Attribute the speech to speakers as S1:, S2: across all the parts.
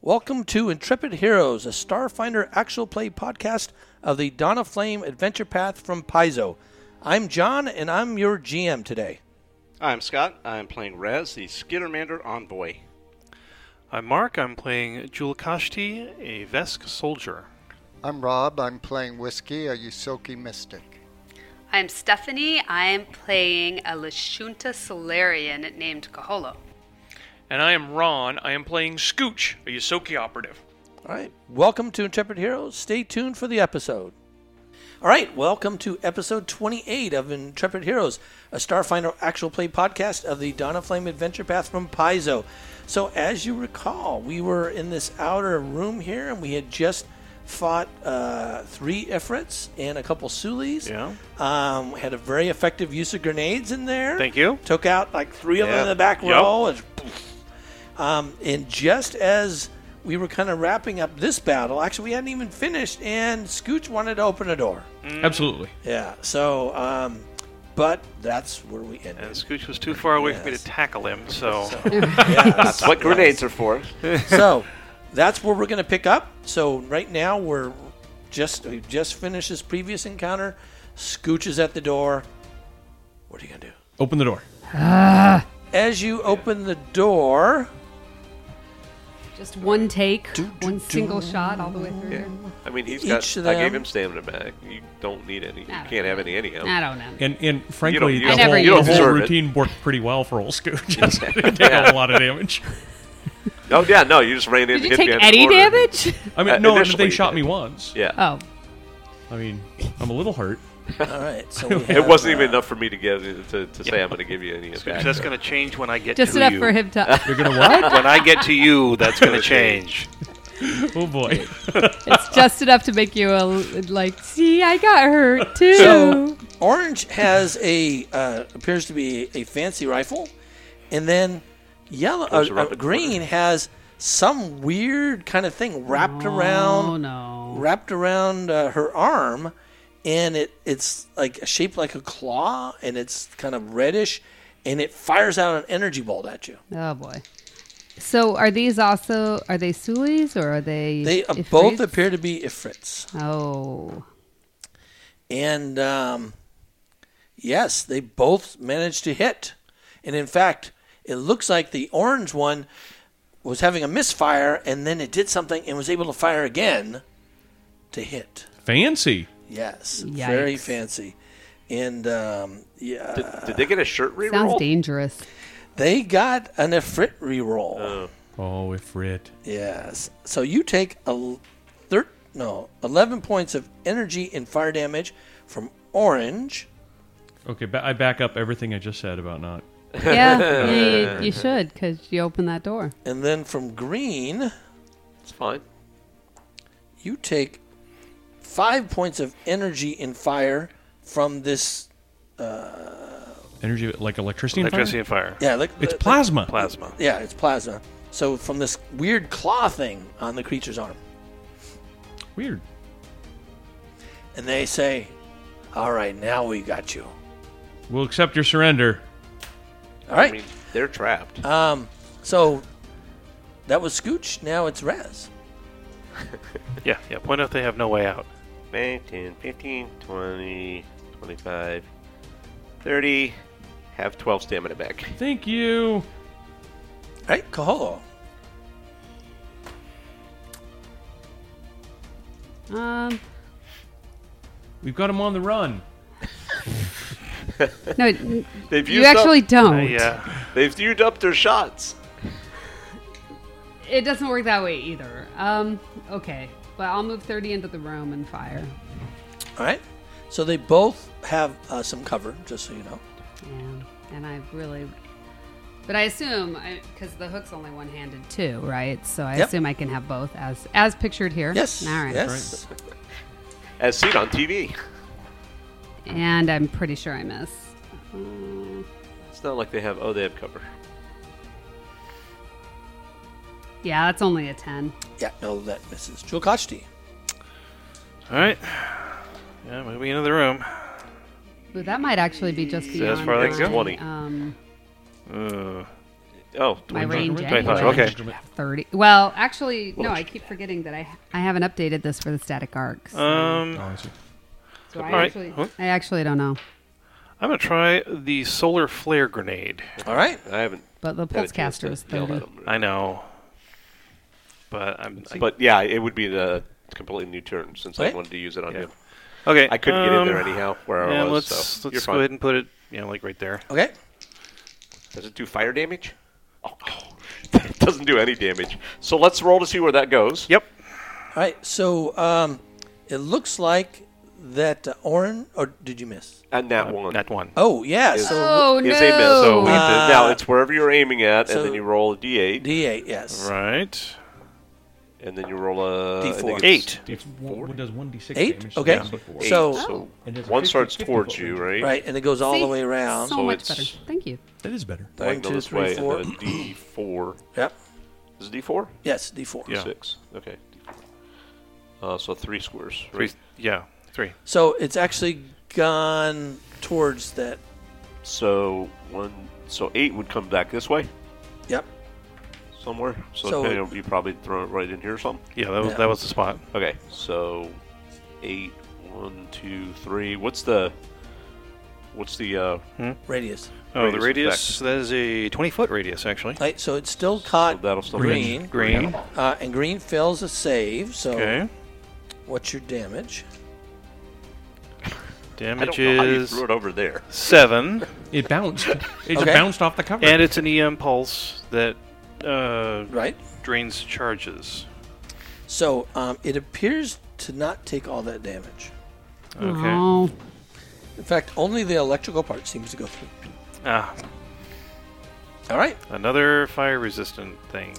S1: Welcome to Intrepid Heroes, a Starfinder actual play podcast of the Donna Flame Adventure Path from Paizo. I'm John, and I'm your GM today.
S2: I'm Scott. I'm playing Rez, the Skittermander Envoy.
S3: I'm Mark. I'm playing Julakashti, a Vesk soldier.
S4: I'm Rob. I'm playing Whiskey, a Yusoki mystic.
S5: I'm Stephanie. I'm playing a Lashunta Solarian named Kaholo.
S6: And I am Ron. I am playing Scooch, a Yosoki operative.
S1: All right, welcome to Intrepid Heroes. Stay tuned for the episode. All right, welcome to episode 28 of Intrepid Heroes, a Starfinder actual play podcast of the Dawn of Flame Adventure Path from Paizo. So, as you recall, we were in this outer room here, and we had just fought uh, three Ifrits and a couple Sulis.
S3: Yeah.
S1: Um, we had a very effective use of grenades in there.
S3: Thank you.
S1: Took out like three of them
S3: Yeah.
S1: in the back
S3: Yep.
S1: row. and um, and just as we were kind of wrapping up this battle, actually, we hadn't even finished, and Scooch wanted to open a door.
S7: Absolutely.
S1: Yeah. So, um, but that's where we ended.
S3: And Scooch was too far away for me
S1: Yes.
S3: to tackle him, so
S2: That's what grenades are for.
S1: so that's where we're going to pick up. So right now we're just we just finished this previous encounter. Scooch is at the door. What are you going to do?
S7: Open the door.
S1: As you open the door,
S8: Just one take, one single shot all the way through.
S9: I mean, he's
S1: Each of
S9: got. I gave
S1: them-
S9: him stamina back. You don't need any. You
S8: I don't
S9: can't have any anyhow.
S8: I don't know.
S7: And and frankly,
S9: you
S7: the
S8: don't-
S7: whole,
S8: you
S7: the
S8: don't
S7: whole
S9: deserve it.
S7: routine worked pretty well for old Scooch. It did a lot of damage.
S9: Oh yeah, no, you just ran in.
S8: Did
S9: and
S8: you
S9: hit
S8: take
S9: me at the
S8: any
S9: corner.
S8: damage?
S7: I mean,
S9: Uh,
S7: no,
S9: initially
S7: they
S9: you
S7: shot
S9: did.
S7: me once.
S9: Yeah,
S8: Oh,
S7: I mean, I'm a little hurt.
S1: all right. So we
S9: it
S1: have,
S9: wasn't
S1: uh,
S9: even enough for me to give to, to say I'm going to give you any of
S3: Scooch,
S9: that.
S3: that's going to change when I get
S8: just
S3: to
S8: enough
S3: you.
S8: for him to.
S7: You're gonna what?
S3: When I get to you, that's going to change.
S7: oh boy.
S8: it's just enough to make you a, like, see, I got hurt too.
S1: So Orange has a uh, appears to be a fancy rifle, and then yellow uh,
S9: Goes around
S1: uh,
S9: the
S1: green has some weird kind of thing wrapped
S8: oh
S1: around
S8: no.
S1: wrapped around uh, her arm, and it it's like shaped like a claw, and it's kind of reddish, and it fires out an energy bolt at you.
S8: Oh boy. So are these also are they Sulis or are they?
S1: They uh,
S8: Ifrits?
S1: both appear to be ifrits,
S8: Oh,
S1: and um, yes, they both managed to hit, and in fact, it looks like the orange one was having a misfire, and then it did something and was able to fire again to hit.
S7: Fancy.
S1: Yes, very
S8: Yikes.
S1: fancy, and um, yeah.
S9: did, did they get a shirt
S8: sounds
S9: reroll?
S8: dangerous.
S1: They got an Ifrit reroll.
S7: Oh, Ifrit.
S1: Yes. So you take a l- thir- no, 11 points of energy and fire damage from orange.
S7: Okay, ba- I back up everything I just said about not.
S8: yeah, you, you should because you opened that door.
S1: And then from green,
S9: It's fine.
S1: you take 5 points of energy and fire from this.
S7: Energy like electricity. and fire?
S3: Electricity and fire.
S1: Yeah, like,
S7: It's
S1: like-
S7: plasma.
S3: Plasma.
S1: yeah, it's plasma. So from this weird claw thing on the creature's arm.
S7: Weird.
S1: And they say, All right, now we got you.
S7: We'll accept your surrender.
S1: All right.
S9: I mean, they're trapped.
S1: um, so that was Scooch. Now it's Raz.
S3: Yeah, yeah. Point out they have no way out.
S9: 19, 15, 20, 25, 30. Have 12 stamina back.
S7: Thank you.
S1: All right, Kaholo.
S8: Um,
S7: We've got him on the run.
S8: no, you
S9: They've used
S8: actually don't.
S3: Yeah.
S9: up, they've used up their shots.
S8: It doesn't work that way either. Um, okay, but I'll move 30 into the room and fire.
S1: All right. So they both have uh, some cover, just so you know.
S8: Yeah, and I really. But I assume because the hook's only one-handed too, right? So I
S1: Yep.
S8: assume I can have both as as pictured here.
S1: Yes.
S8: All right.
S1: Yes.
S9: As seen on TV.
S8: And I'm pretty sure I miss. Uh,
S9: It's not like they have. Oh, they have cover.
S8: yeah, that's only a ten.
S1: Yeah. No, that misses. Julkachti.
S3: All right. Yeah, moving into the room.
S8: Ooh, that might actually be just um,
S3: that's
S8: beyond.
S3: far they
S8: my,
S3: can go.
S9: 20.
S8: Um,
S3: Uh,
S9: Oh,
S8: My
S9: 25.
S8: range.
S9: Twenty five,
S8: anyway.
S9: Okay.
S8: Thirty. Well, actually, no. I keep forgetting that I I haven't updated this for the static arcs.
S3: Um,
S7: Oh, I see.
S8: so I
S3: all right.
S8: actually,
S3: Huh?
S8: I actually don't know.
S3: I'm gonna try the solar flare grenade.
S1: All right.
S9: I haven't.
S8: But the
S9: had a
S8: pulse
S9: chance
S8: caster
S9: to
S8: is
S9: yell at
S8: thirty.
S9: him.
S3: I know, but I'm I-
S9: But yeah, it would be the completely new turn since
S1: Right.
S9: I wanted to use it on
S3: Yeah.
S9: him.
S3: okay.
S9: I couldn't get in there
S3: um,
S9: anyhow where
S3: yeah,
S9: I was.
S3: let's
S9: so
S3: let's
S9: you're
S3: go
S9: fine.
S3: ahead and put it, you know, like right there.
S1: Okay.
S9: Does it do fire damage? Oh, it doesn't do any damage. So let's roll to see where that goes.
S3: Yep.
S1: All right. So um, it looks like that uh, Orin, or did you miss?
S9: And that one.
S3: That one.
S1: Oh, yeah. So
S8: Oh no!
S9: Is a miss. So we have to- now
S1: Uh,
S9: it's wherever you're aiming at,
S1: so-
S9: and then you roll a d8,
S1: D8, yes.
S3: Right.
S9: and then you roll a I think
S1: D4.
S9: it's-
S3: Eight.
S7: It's one, does one d6
S1: Eight?
S7: damage.
S1: Okay.
S7: it's
S1: Yeah.
S7: four.
S9: Eight,
S1: So-
S9: so
S7: And there's a
S9: one
S7: 50
S9: starts
S7: 50
S9: towards
S7: foot
S9: you,
S7: range.
S9: right?
S1: Right. And it goes all the
S8: See?
S1: way around.
S8: So,
S9: So
S8: much
S9: it's-
S8: better. Thank you.
S7: That is better.
S1: One,
S9: Diagonal
S1: two,
S9: this
S1: three,
S9: way,
S1: four.
S9: and then a D4.
S1: Yep.
S9: Is it D4?
S1: Yes, D4.
S3: Yeah.
S9: Six. Okay. Uh, so three squares.
S3: Three.
S9: Right?
S3: Yeah. Three.
S1: So it's actually gone towards that.
S9: So one. So eight would come back this way
S1: Yep.
S9: somewhere. So,
S1: So-
S9: depending on- you probably throw it right in here or something.
S3: Yeah. That was
S1: Yeah.
S3: that was the spot.
S9: Okay. So eight, one, two, three. What's the? What's the? Uh,
S1: Radius.
S3: Oh, the
S9: Radius
S3: radius. That is a 20 foot radius actually.
S1: Right. So it's still caught
S9: that'll still be-
S1: green.
S3: Green.
S1: Uh, and green fails a save. So
S3: Okay.
S1: what's your damage?
S9: I
S3: Damage
S9: don't know how you
S3: is
S9: threw it over there.
S3: seven,
S7: It bounced. It just
S1: Okay.
S7: bounced off the cover.
S3: and it's an EM pulse that uh,
S1: Right.
S3: drains charges.
S1: So um, it appears to not take all that damage.
S3: Okay.
S8: Oh,
S1: In fact, only the electrical part seems to go through.
S3: Ah,
S1: All right.
S3: another fire resistant thing.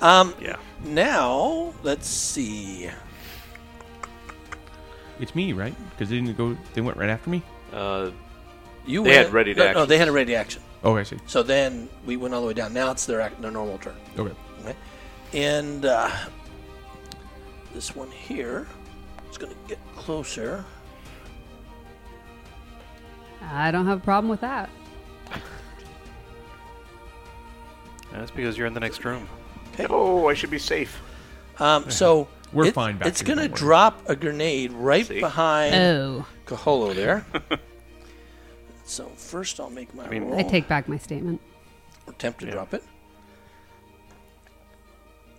S1: Um,
S3: Yeah.
S1: now let's see.
S7: it's me, right? Because they didn't go. They went right after me.
S9: Uh,
S1: You
S9: They had
S1: went-
S9: ready to
S1: no, No,
S9: action.
S1: they had a ready to action.
S7: Oh, I see.
S1: So then we went all the way down. Now it's their act, their normal turn.
S7: Okay.
S1: Okay. And uh, this one here is going to get closer.
S8: I don't have a problem with that.
S3: That's because you're in the next room.
S9: oh, I should be safe.
S1: Um, so
S7: We're
S1: it-
S7: fine back
S1: It's
S7: here,
S1: going to
S7: don't worry.
S1: drop a grenade right
S9: See?
S1: behind
S8: Oh,
S1: Caholo there. so first, I'll make my
S3: mean-
S1: roll.
S8: I take back my statement.
S1: attempt to drop it.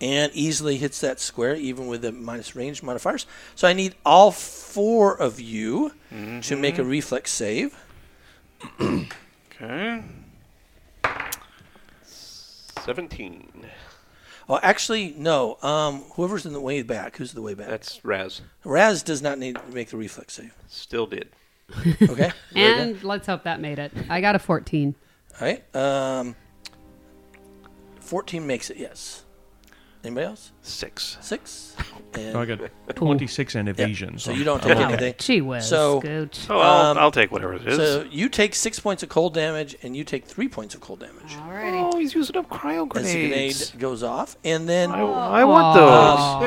S1: And easily hits that square, even with the minus range modifiers. So I need all four of you to make a reflex save.
S3: Okay.
S9: Seventeen.
S1: Oh, actually, no. Um, whoever's in the way back, who's the way back?
S9: That's Raz.
S1: Raz does not need to make the reflex save.
S9: Still did.
S1: Okay. Very good.
S8: And let's hope that made it. I got a fourteen.
S1: all right. Um, fourteen makes it. Yes. Anybody else?
S3: Six.
S1: Six. And
S7: So I got 26 and evasion.
S1: so you don't take anything.
S8: Gee whiz,
S1: So-
S8: Gooch.
S3: Oh, I'll,
S1: Um,
S3: I'll take whatever it is.
S1: So you take six points of cold damage, and you take three points of cold damage.
S8: Alrighty.
S3: Oh, he's using up cryo
S1: as the grenade goes off, and then
S3: I, I want those.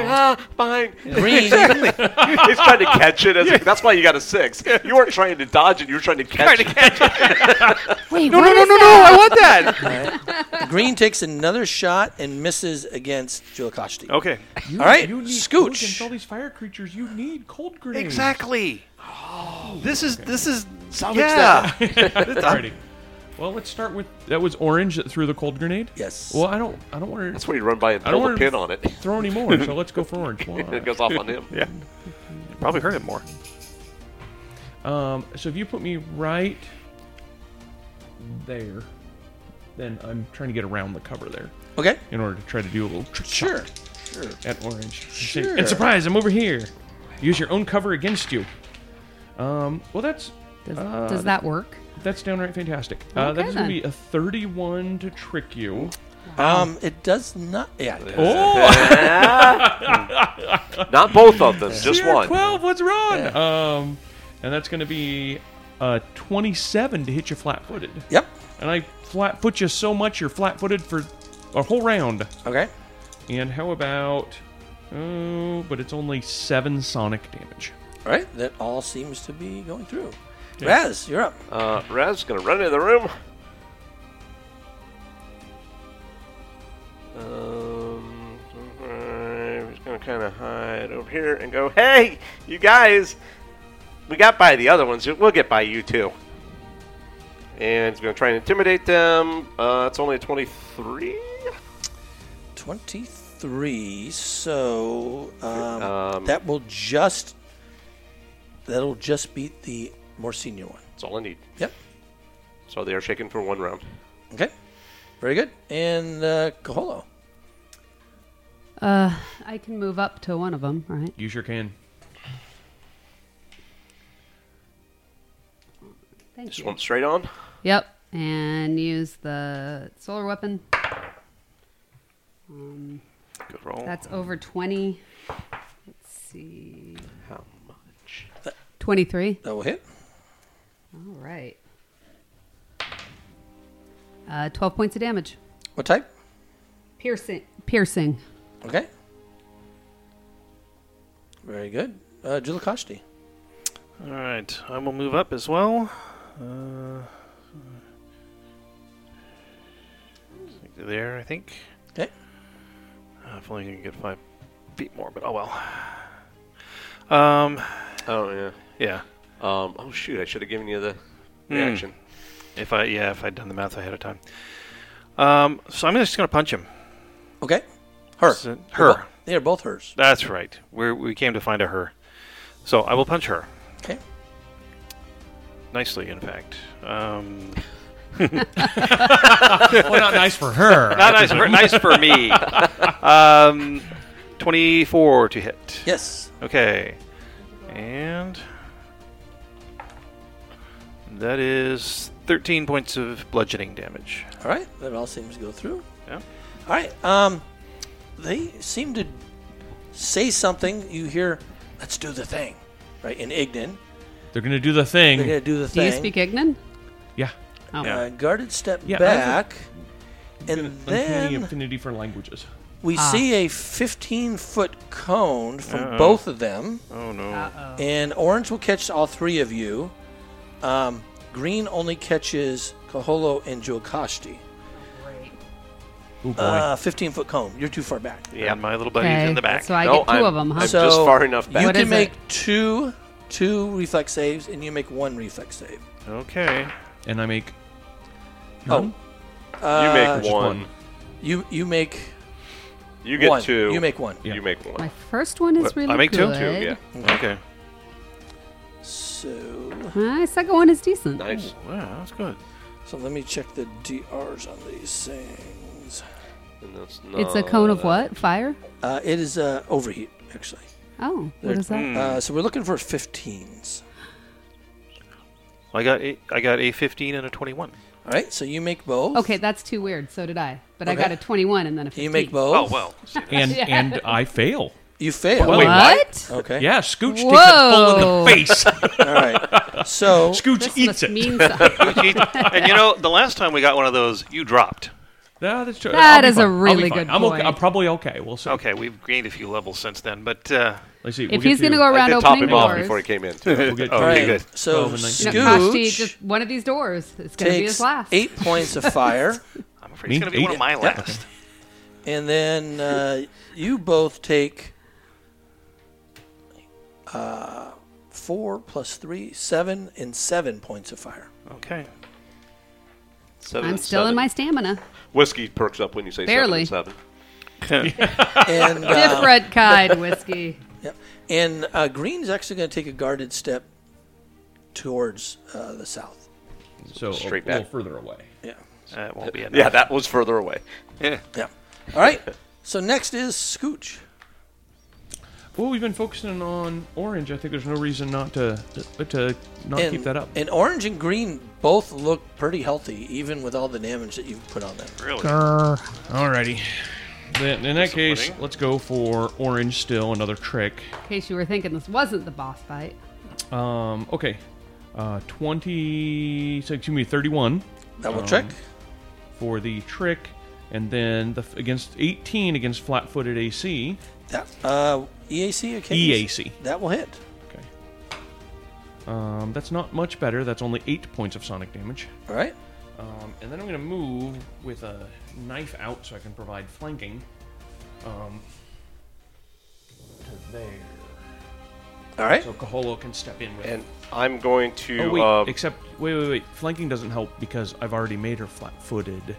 S9: Ah, behind.
S1: green.
S9: He's trying to catch it. As that's why you got a six. You weren't trying to dodge it. You were trying to catch it.
S8: Wait,
S3: No, no, no, no, no! I want that.
S1: green takes another shot and misses against Julakashti.
S3: okay.
S1: All right,
S7: you need
S1: Scooch.
S7: Against all these fire creatures, you need cold grenades.
S3: Exactly. This is this is yeah.
S1: that.
S7: Alrighty. Well, let's start with that was orange that threw the cold grenade.
S1: Yes.
S7: Well, I don't. I don't want
S9: That's
S7: to
S9: where you run by and
S7: I don't
S9: pull a
S7: wanna-
S9: pin on it.
S7: throw any more. So let's go for orange. Why?
S9: it goes off on him.
S3: Yeah. Probably hurt him more.
S7: Um, so if you put me right there, then I'm trying to get around the cover there
S1: Okay.
S7: in order to try to do a little trick shot
S1: Sure. Sure.
S7: at orange.
S1: Sure.
S7: And surprise, I'm over here. Use your own cover against you. Um, well, that's
S8: Does, does that work?
S7: that's downright fantastic. Uh,
S8: Okay,
S7: that is going
S8: then.
S7: to be a 31 to trick you.
S1: Um, it does not. Yeah. it does.
S7: Oh,
S9: Not both of them, just one.
S7: 12, what's wrong? Um, and that's going to be uh, 27 to hit you flat-footed.
S1: Yep.
S7: And I flat-foot you so much you're flat-footed for a whole round.
S1: Okay.
S7: And how about? Oh, but it's only seven sonic damage.
S1: All right. That all seems to be going through. Raz, you're up.
S9: Uh, Raz's gonna run into the room. Um, kind of hide over here and go, hey, you guys, we got by the other ones. We'll get by you too. And he's going to try and intimidate them. Uh, it's only a 23.
S1: 23. So um,
S9: Um,
S1: that will just that'll just beat the more senior one.
S9: That's all I need.
S1: Yep.
S9: So they are shaken for one round.
S1: Okay. Very good. And uh, Kaholo.
S8: Uh, I can move up to one of them, right?
S7: You sure can.
S8: Thank
S9: Just
S8: you.
S9: went straight on.
S8: Yep, and use the solar weapon. Um,
S9: Good roll.
S8: that's over twenty. Let's see,
S9: How much?
S8: twenty-three.
S1: That will hit.
S8: All right. Uh, twelve points of damage.
S1: What type?
S8: Piercing. Piercing.
S1: Okay. Very good. Uh, Julakashti.
S3: All right, I will move up as well. Uh, there, I think.
S1: Okay.
S3: Uh, if only you can get five feet more, but oh well. Um,
S9: Oh, yeah.
S3: yeah.
S9: Um, oh, shoot. I should have given you the
S3: Hmm.
S9: reaction.
S3: If I yeah, if I'd done the math ahead of time. Um, so I'm just gonna punch him.
S1: Okay. Her.
S3: So-
S1: They're
S3: her.
S1: both- They are both hers.
S3: That's right. We're, we came to find a her. So I will punch her.
S1: Okay.
S3: Nicely, in fact. Um,
S7: well, not nice for her.
S3: not nice for, nice for me. Um, 24 to hit.
S1: Yes.
S3: Okay. And that is 13 points of bludgeoning damage.
S1: All right. That all seems to go through.
S3: Yeah.
S1: All right. Um, they seem to say something. You hear, "Let's do the thing," right? In Ignan,
S7: They're gonna do the
S1: they're
S7: thing.
S1: gonna do the
S8: Do
S1: thing.
S8: you speak Ignan?
S7: Yeah.
S8: Oh.
S1: Uh, guarded step
S7: Yeah, I was-
S1: back, and
S7: Uncanny
S1: then
S7: affinity for languages.
S1: we
S8: Ah.
S1: see a 15-foot cone from both of them.
S3: Oh no.
S8: Uh-oh.
S1: And orange will catch all three of you. Um, green only catches Kaholo and Julkashti.
S8: Great.
S7: Oh boy.
S1: Uh, 15 foot cone. You're too far back.
S9: Yeah.
S3: And my little buddy's in the back.
S8: So I
S9: No,
S8: get 2
S9: I'm-
S8: of them, huh?
S9: I'm- just far enough back.
S1: You
S8: What
S1: can
S8: is
S1: make
S8: it?
S1: two two reflex saves, and you make one reflex save.
S3: okay.
S7: and I make.
S8: Hmm?
S1: Oh,
S9: you make
S7: Just
S9: one.
S7: one.
S1: you you make
S9: You get
S1: one.
S9: two.
S1: You make one.
S7: Yeah.
S9: You make one.
S8: My first one is
S3: What-
S8: really
S3: I make two?
S8: good.
S9: Two, yeah.
S3: Okay.
S1: So
S8: My Uh, second one is decent.
S9: Nice.
S3: Wow, that's good.
S1: so let me check the DRs on these things.
S9: And that's
S8: It's a cone of
S1: Oh.
S9: not-
S8: what? Fire?
S1: Uh, it is uh, overheat actually.
S8: Oh, what
S1: They're-
S8: is that?
S1: Uh, so we're looking for 15s.
S3: I got a, I got a 15 and a 21.
S1: All right, so you make both.
S8: Okay, that's too weird. So did I. But I
S1: Okay.
S8: got a 21 and then a 15.
S1: You make both.
S3: Oh well.
S7: And and I fail.
S1: You fail.
S7: Wait,
S8: What?
S1: Okay.
S7: Yeah, Scooch takes a full in
S8: Whoa.
S7: the face.
S1: All right. So
S7: Scooch
S8: This
S7: eats
S8: must
S7: it.
S8: mean something.
S3: and you know, the last time we got one of those, you dropped.
S7: No, that's true.
S8: That
S7: I'll be
S8: is a
S7: fine. I'll be
S8: really
S7: fine.
S8: good
S7: I'm okay.
S8: point.
S7: I'm probably okay. We'll see.
S3: Okay, we've gained a few levels since then, but uh,
S7: Let's see.
S8: if he's going to go
S9: I
S8: around
S9: did top
S8: opening
S9: him off
S8: doors.
S9: before he came in. too.
S7: we'll get
S3: Oh,
S7: to
S1: all
S3: okay,
S1: right.
S3: good.
S1: So
S7: Twelve and nineteen.
S8: you know, Kashti,
S1: Scooch
S8: just one of these doors. It's going to be his
S1: takes
S8: last.
S1: eight points of fire,
S3: I'm afraid
S7: Me?
S3: it's going to be one
S7: Eight?
S3: of my last.
S1: and then uh, you both take uh, four plus three, seven, and seven points of fire.
S3: Okay.
S9: Seven
S8: I'm
S9: and
S8: still in
S9: seven.
S8: my stamina.
S9: Whiskey perks up when you say
S8: Barely.
S9: seven. and
S1: And uh,
S8: Different kind whiskey.
S1: yep. and uh, green's actually going to take a guarded step towards uh, the south.
S7: So
S9: Straight
S7: a little
S9: back.
S7: further away.
S1: Yeah.
S3: That won't be
S9: seven.
S3: enough.
S9: Yeah, that was further away.
S1: Yeah. All right. So next is Scooch.
S7: Well, we've been focusing on orange. I think there's no reason not to to, to not
S1: and,
S7: keep that up.
S1: And orange and green both look pretty healthy, even with all the damage that you've put on them.
S3: Really?
S7: Alrighty. Then, in that case,
S3: Disappointing.
S7: let's go for orange. Still another trick.
S8: In case you were thinking this wasn't the boss fight.
S7: Um. Okay. Uh, twenty. So excuse me, thirty-one
S1: That will check.
S7: Uh-huh. for the trick, and then the f- against eighteen against flat-footed AC.
S1: That uh, EAC okay.
S7: EAC.
S1: That will hit.
S7: Okay. Um, that's not much better. That's only eight points of sonic damage.
S1: All right.
S7: Um, and then I'm going to move with a knife out so I can provide flanking. Um,
S1: All right.
S7: So Caholo can step in with.
S9: And I'm going to.
S7: oh wait,
S9: uh,
S7: except wait, wait, wait. Flanking doesn't help because I've already made her flat-footed.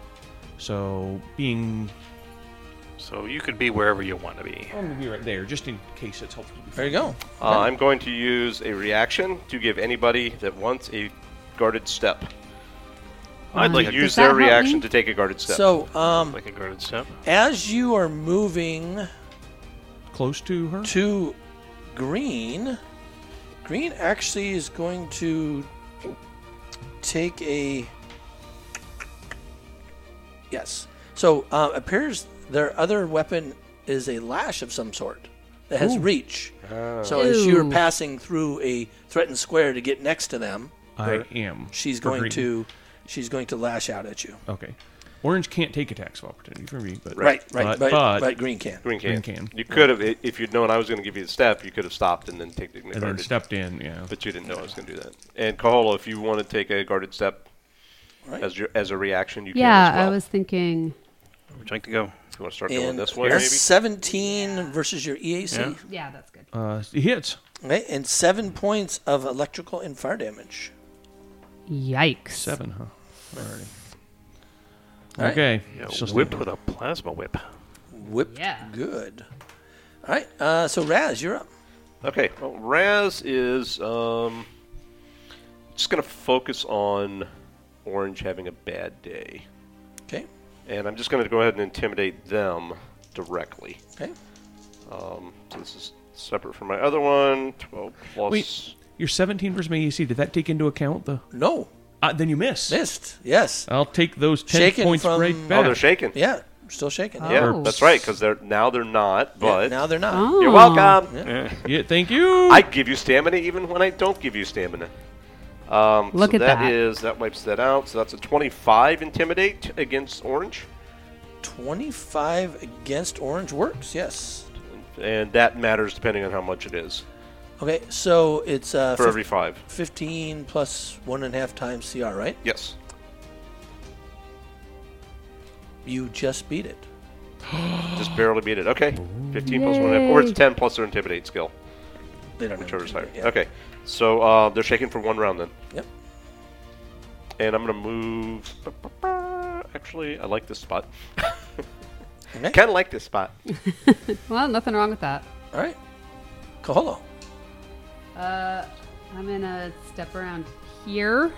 S7: So being,
S3: So you could be wherever you want to be.
S7: I'm gonna be right there just in case it's helpful. To be
S1: There you go.
S9: Uh, I'm going to use a reaction to give anybody that wants a guarded step.
S3: I'd like
S9: to
S3: a,
S9: use
S8: that
S9: their
S8: help me?
S9: reaction to take a guarded step.
S1: So, um,
S3: like a guarded step.
S1: as you are moving
S7: close to her.
S1: to green, green actually is going to take a. Yes. So uh, appears their other weapon is a lash of some sort that has reach. So as you're
S8: Ew.
S1: passing through a threatened square to get next to them,
S7: I am.
S1: she's
S7: for
S1: going
S7: green.
S1: to she's going to lash out at you.
S7: Okay. Orange can't take attacks of opportunity for me, but
S1: Right, right, but,
S7: but,
S1: but green can.
S9: Green can.
S7: Green can.
S9: You could have, i- if you'd known I was going to give you the step, you could have stopped and then taken the
S7: and then
S9: guarded
S7: stepped in. Yeah.
S9: But you didn't know I was going to do that. And Kaholo, if you want to take a guarded step
S1: Right.
S9: as your as a reaction, you
S8: Yeah,
S9: can as well.
S8: I was thinking.
S3: Would you like to go?
S9: If you want to start going
S1: And
S9: this way,
S1: a
S9: maybe.
S1: 17 versus your E EAC.
S3: Yeah.
S8: Yeah, that's good.
S7: Uh, he hits.
S1: Okay, and seven points of electrical and fire damage.
S8: Yikes.
S7: Seven, huh? Alrighty.
S1: All right.
S7: Okay.
S3: Yeah,
S7: It's just
S3: whip
S7: like-
S3: with a plasma whip.
S1: Whipped
S8: Yeah.
S1: good. All right, uh, so Raz, you're up.
S9: Okay. Well, Raz is um, just going to focus on Orange having a bad day.
S1: Okay,
S9: And I'm just going to go ahead and intimidate them directly.
S1: okay.
S9: Um, so this is separate from my other one. 12 plus.
S7: Wait, you're 17 versus my EC. Did that take into account the?
S1: No,
S7: Uh, then you miss.
S1: missed. Yes.
S7: I'll take those 10
S1: Shaken
S7: points
S1: from-
S7: right
S9: oh,
S7: back.
S9: they're shaking.
S1: Yeah, still shaking. Yeah,
S9: Yeah,
S8: Oh.
S9: that's right, because they're, now they're not, but.
S1: now they're not.
S8: Oh.
S9: You're welcome.
S7: yeah, thank you.
S9: I give you stamina even when I don't give you stamina. Um,
S8: Look
S9: so
S8: at
S9: that
S8: that.
S9: is that wipes that out. So that's a 25 intimidate against orange,
S1: 25 against Orange works. Yes.
S9: and that matters depending on how much it is
S1: Okay, so it's uh,
S9: for
S1: fif-
S9: every five.
S1: 15 plus one and a half times CR, right?
S9: Yes.
S1: You just beat it.
S9: Just barely beat it. Okay. 15 plus one and a half, or it's
S8: Yay.
S9: 10 plus their intimidate skill,
S1: They don't
S9: whichever's
S1: know.
S9: higher.
S1: Yeah.
S9: Okay. So uh, they're shaking for one round then,
S1: Yep.
S9: and I'm gonna move. Actually, I like this spot.
S1: Okay.
S9: Kind of like this spot.
S8: Well, nothing wrong with that.
S1: All right. Koholo.
S8: Uh, I'm gonna step around here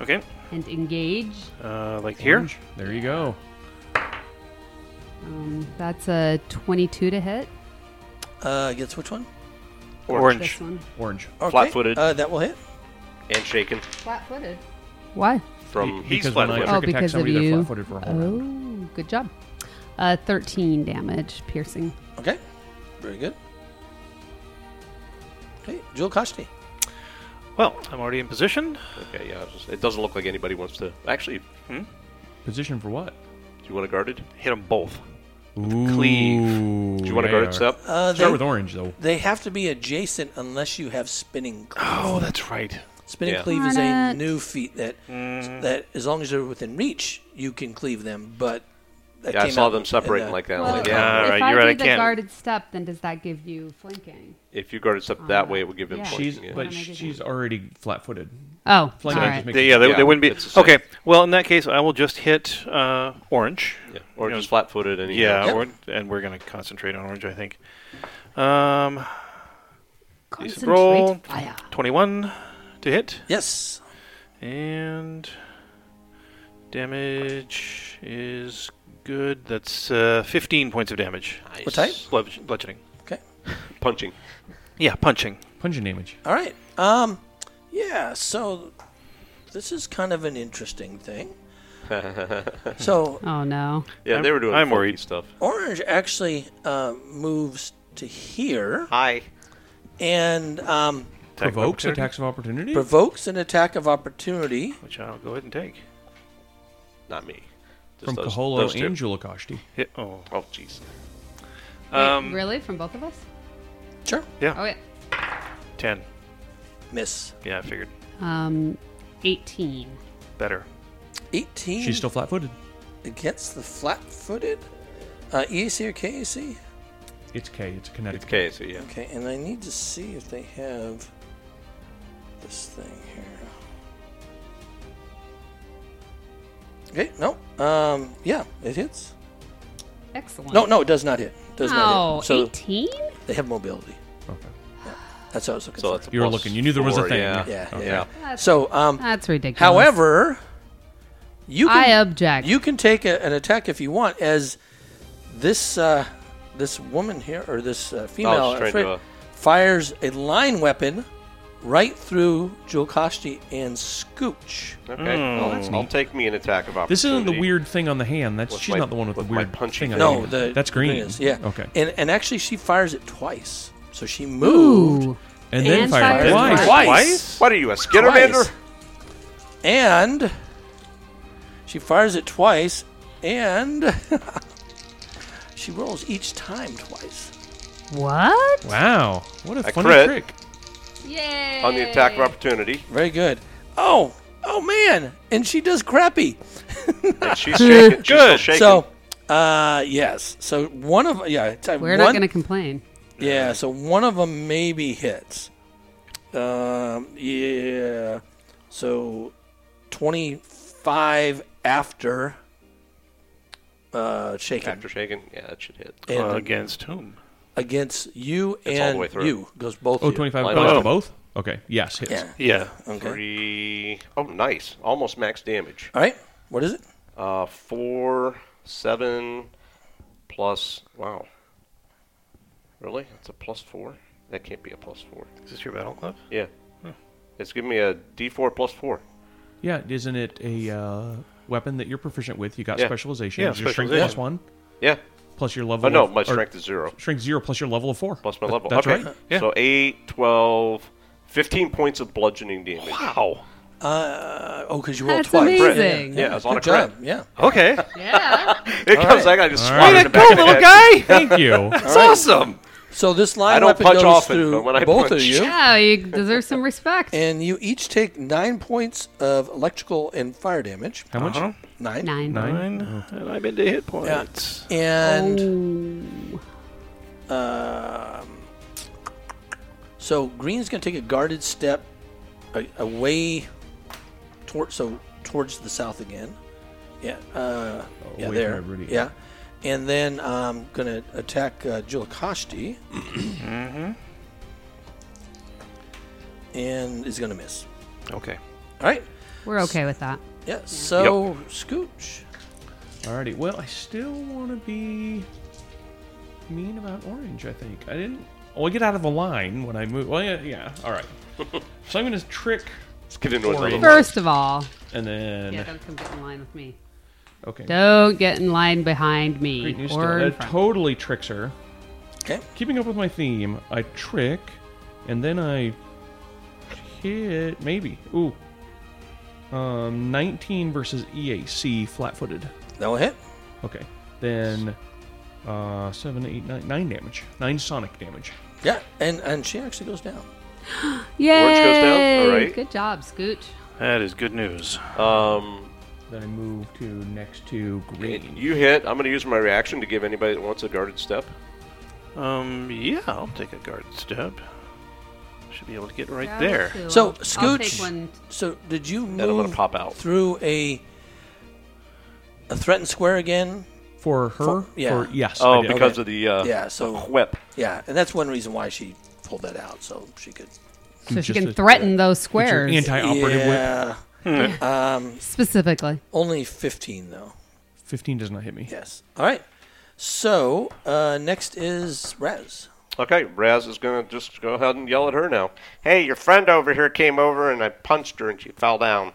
S3: Okay.
S8: and engage.
S3: Uh, like here.
S7: Orange. There you go.
S8: Um, that's a 22 to hit.
S1: Uh, against which one?
S8: This one.
S7: Orange.
S9: Oh,
S1: Okay,
S9: Flat-footed.
S1: Uh, that will hit.
S9: and shaken
S8: Flat-footed. Why?
S9: from
S3: He- he's
S7: because when I
S3: flat-footed.
S7: trick
S8: Oh,
S7: attack
S8: because of
S7: somebody, they're
S8: you.
S7: flat-footed for a whole round.
S8: Oh, good job. Uh, 13 damage, piercing.
S1: Okay. Very good. Okay, Jewel Koshti.
S3: Well, I'm already in position.
S9: Okay, yeah, it's just- it doesn't look like anybody wants to. Actually, do
S8: Oh.
S7: Position for what?
S9: you want a guarded?
S3: Hit them both.
S7: Cleave.
S9: Do you want a guarded step?
S1: Uh,
S7: Start
S1: they,
S7: with orange though.
S1: they have to be adjacent unless you have spinning. cleave.
S3: Oh, that's right.
S1: Spinning
S9: Yeah. Mm.
S1: cleave is
S8: Darn
S1: a
S8: it.
S1: new feat that that as long as they're within reach, you can cleave them. But that
S9: Yeah, I
S1: came
S9: saw
S1: out
S9: them
S1: in
S9: separating
S1: the-
S9: like that.
S8: Well,
S9: like,
S3: yeah.
S8: if
S3: Alright,
S8: I
S3: you're
S8: do
S3: right, I
S8: the
S3: can't-
S8: guarded step, then does that give you flanking?
S9: If you guarded step that way, it would give him
S8: Yeah.
S9: points.
S7: She's
S9: yeah.
S7: but
S8: Yeah.
S7: she's already flat-footed.
S8: Oh, all
S7: Flanking
S8: right.
S7: just makes
S3: They- yeah, they,
S9: Yeah,
S3: they wouldn't
S9: it's the
S3: be.
S9: same.
S3: Okay. Well, in that case, I will just hit uh, orange.
S9: Yeah. Or
S3: You know,
S9: just flat footed. and he
S3: Yeah,
S9: goes,
S3: or- and we're going to concentrate on orange, I think. Um,
S8: Concentrate
S3: roll.
S8: fire.
S3: 21 to hit,
S1: Yes.
S3: and damage is good. That's uh, 15 points of damage.
S1: What type?
S3: Bludge- Bludgeoning.
S1: Okay.
S9: Punching.
S3: Yeah, punching.
S7: punching damage.
S1: All right. Um. Yeah. So this is kind of an interesting thing. so
S8: Oh no.
S9: Yeah,
S3: I'm-
S9: they were doing
S3: I'm
S9: funky
S3: worried.
S9: stuff.
S1: Orange actually uh, moves to here
S9: Hi.
S1: and um,
S3: Attack
S7: Provokes
S3: opportunity,
S7: attacks of opportunity.
S1: provokes an attack of opportunity.
S3: Which I'll go ahead and take.
S9: Not me. Just
S7: from
S9: those-
S7: Caholo
S9: those two.
S7: and Julakashti.
S3: Hit, oh.
S9: Oh, jeez.
S3: Um,
S8: Wait, really? From both of us?
S1: Sure.
S8: Oh yeah.
S3: 10.
S1: Miss.
S3: Yeah, I figured.
S8: Um, 18.
S3: Better.
S1: 18
S7: She's still flat-footed.
S1: E against the flat footed. Uh, EAC or KAC?
S7: It's K. It's Connecticut.
S9: It's K, so yeah.
S1: Okay, and I need to see if they have this thing here. Okay, no. Um, yeah, it hits.
S8: Excellent.
S1: No, no, it does not hit. Does not
S8: Oh,
S1: hit. So
S8: 18?
S1: they have mobility.
S7: Okay.
S1: That's what I was looking
S9: So
S1: for.
S9: that's a
S7: You were
S9: plus
S7: looking. You knew there was a
S9: four,
S7: thing.
S9: Yeah.
S1: yeah, yeah.
S9: Yeah.
S1: So, um,
S8: That's ridiculous.
S1: however, you can,
S8: I object.
S1: You can take a, an attack if you want, as this uh, this woman here or this uh, female
S9: Oh, she's trying
S1: afraid-
S9: to, uh,
S1: fires a line weapon right through Joel and Scooch.
S9: Okay.
S7: Mm.
S9: I'll,
S7: That's
S9: I'll
S7: neat.
S9: take me an attack of opportunity.
S7: This isn't the weird thing on the hand. That's
S9: With
S7: she's
S9: my-
S7: not the one with,
S9: with
S7: the
S9: my
S7: weird
S9: punchy
S7: thing. on
S9: thing.
S1: No,
S7: the hand.
S1: the
S7: that's green.
S1: is- yeah.
S7: Okay.
S1: And and actually, she fires it twice. So she moved
S8: Ooh.
S7: And then
S8: And
S7: fire
S8: fire
S7: twice.
S8: twice.
S1: twice,
S9: What are you, a Skittermander?
S1: and she fires it twice, and she rolls each time twice.
S8: What?
S7: Wow. What a
S9: I
S7: funny
S9: crit.
S7: trick.
S8: Yay.
S9: On the attack of opportunity.
S1: Very good. Oh, oh man, and she does crappy.
S9: And she's shaking. She's still
S7: Good.
S9: shaking.
S1: So, uh, yes. So one of yeah, it's, uh,
S8: We're not
S1: one,
S8: going to complain.
S1: Yeah, so one of them maybe hits. Um, yeah, so 25 after uh, shaking
S9: After shaking, yeah, that should hit.
S1: and
S3: Uh, against whom?
S1: against you
S9: It's all the
S1: and
S9: way through.
S1: you goes both.
S7: Oh,
S1: of you.
S7: 25
S9: Why
S7: points
S9: not?
S7: to both? Okay. Yes, hits.
S1: Yeah.
S3: Yeah.
S1: Okay.
S9: Three. Oh, nice. Almost max damage.
S1: All right. What is it?
S9: Uh, four, seven, plus. Wow. Really? That's a plus four? That can't be a plus four.
S3: Is this your battle club?
S9: Yeah. It's giving me a D4 plus four.
S7: Yeah, isn't it a uh, weaption that you're proficient with? You got
S9: Yeah.
S7: specialization.
S3: Yeah,
S7: Is your strength
S3: specialization.
S7: plus one,
S9: Yeah.
S7: plus your level.
S9: Oh, no,
S7: of-
S9: my
S7: or
S9: strength is zero.
S7: Strength zero plus your level of four.
S9: Plus my
S7: Th-
S9: level.
S7: That's
S9: okay.
S7: right.
S3: Yeah.
S9: So 8, 12, 15 points of bludgeoning damage.
S3: Wow.
S1: Uh, oh, because you rolled
S8: That's
S1: twice.
S9: Crit.
S8: amazing.
S9: Yeah, it's on a
S1: Good
S9: crit.
S1: job. Yeah.
S3: Okay.
S8: Yeah.
S9: It
S1: All
S9: comes
S1: right.
S9: like I just
S7: All
S9: swatted
S7: right.
S9: him back in the head.
S3: guy.
S7: Thank you.
S9: That's awesome.
S1: So this line
S9: I don't
S1: weapon
S9: punch
S1: goes
S9: often,
S1: through
S9: but when I
S1: both of
S9: punch-
S1: you,
S8: yeah, you deserve some respect.
S1: and you each take nine points of electrical and fire damage.
S7: How much?
S3: Uh-huh.
S1: Nine.
S8: Nine.
S7: Nine.
S3: Nine. And I'm into hit points.
S1: And.
S8: Ooh.
S7: Oh.
S1: Um, so Green's going to take a guarded step a- away toward so towards the south again. Yeah, uh, yeah,
S7: Oh, from
S1: there.
S7: everybody.
S1: Yeah, and then I'm um, going to attack uh, Jilakashti. mm-hmm. And is going to miss.
S3: Okay.
S1: All right.
S8: We're okay with that.
S1: Yeah. So Scooch.
S7: Alrighty. Well, I still want to be mean about orange. I think I didn't. Well, I get out of a line when I move. Well, yeah. yeah. All right. so I'm gonna trick,
S9: Let's get into another one.
S8: First of all,
S7: and then
S8: yeah, don't come get in line with me.
S7: okay.
S8: Don't get in line behind
S7: Great
S8: me
S7: news
S8: or
S7: still.
S8: in
S7: That
S8: front.
S7: totally tricks her.
S1: Okay.
S7: Keeping up with my theme, I trick, and then I hit maybe. Ooh. Um, 19 versus EAC flat-footed.
S1: That will hit.
S7: Okay. Then, uh, seven, eight, nine, nine damage. Nine sonic damage.
S1: Yeah, and and she actually goes down.
S8: Yay!
S9: Orange goes down, all right.
S8: Good job, Scooch.
S3: That is good news.
S9: Um,
S7: Then I move to next to green.
S9: you hit. I'm going to use my reaction to give anybody that wants a guarded step.
S3: Um, yeah, I'll take a guard step. Should be able to get right
S8: Yeah,
S3: there.
S8: me too.
S1: So,
S8: I'll- I'll
S1: Scooch-
S8: take one.
S1: So did you move
S9: And I'm going to pop out.
S1: through a a threatened square again?
S7: For her?
S1: For- yeah.
S7: For, yes. I
S9: Oh,
S7: did.
S9: because of the uh,
S1: Yeah, so
S9: whip.
S1: yeah, and that's one reason why she pulled that out, so she could.
S8: So she
S7: Just
S8: can
S7: a-
S8: threaten those
S7: Get your
S8: squares
S7: anti-operative whip.
S1: yeah,
S8: specifically.
S1: only fifteen though.
S7: 15 does not hit me.
S1: Yes. All right. So uh, next is Raz.
S9: Okay, Raz is going to just go ahead and yell at her now. Hey, your friend over here came over and I punched her and she fell down.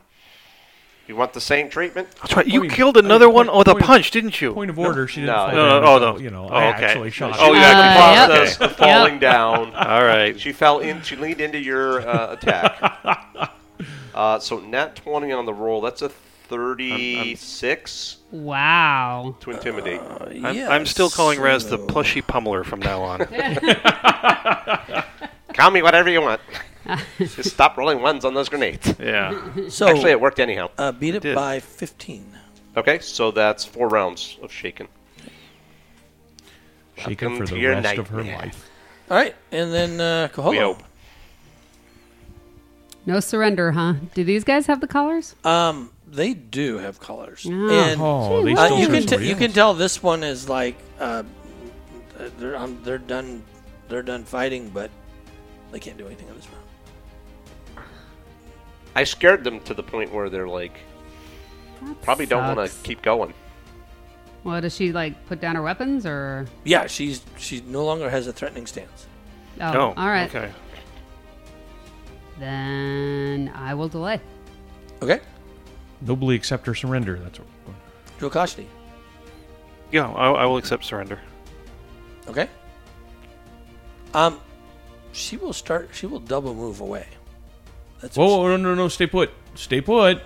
S9: You want the same treatment?
S3: That's right. You
S7: Point-
S3: killed
S7: I mean,
S3: another one
S7: point-
S3: with a
S7: point-
S3: punch, didn't you?
S7: Point of order, she didn't
S9: No,
S7: fall
S3: no, no,
S7: down,
S3: oh,
S7: so,
S3: no.
S7: You know,
S3: Oh,
S7: I
S3: okay.
S7: actually shot
S9: Oh,
S7: her.
S9: yeah, I
S8: Uh,
S9: can process
S3: yep.
S9: the falling down.
S3: All right.
S9: She fell in. She leaned into your uh, attack. Uh, so nat 20 on the roll. That's a 36
S8: Wow.
S9: to intimidate.
S3: I'm, I'm still calling Raz the plushy pummeler from now on.
S9: Call me whatever you want. just stop rolling ones on those grenades.
S3: yeah.
S1: So
S9: Actually, it worked anyhow.
S1: uh, beat it
S3: did.
S1: by fifteen.
S9: Okay, so that's four rounds of shaken.
S7: Shake her
S9: Welcome
S7: for
S9: to
S7: the
S9: your
S7: rest of her
S9: nightmare.
S7: life.
S1: All right, and then uh,
S9: We
S1: Koholo.
S9: hope.
S8: No surrender, huh? Do these guys have the collars?
S1: Um, they do have collars, and
S7: Oh, they
S8: Gee,
S1: uh,
S7: still
S1: you
S7: serve
S1: can t-
S7: somebody
S1: you
S7: else.
S1: can tell this one is like uh, they're um, they're done they're done fighting, but they can't do anything on this round.
S9: I scared them to the point where they're like,
S8: That
S9: probably don't want to
S8: sucks.
S9: keep going.
S8: Well, does she like put down her weapons or?
S1: Yeah, she's she no longer has a threatening stance.
S8: Oh,
S3: Oh,
S8: all right.
S3: Okay.
S8: Then I will delay.
S1: Okay,
S7: nobly accept or surrender. That's what. we're-
S1: Drukashti.
S3: Yeah, I, I will accept surrender.
S1: Okay. Um, she will start. She will double move away. That's
S7: Whoa,
S1: what
S7: whoa, no, no, no! Stay put. Stay put.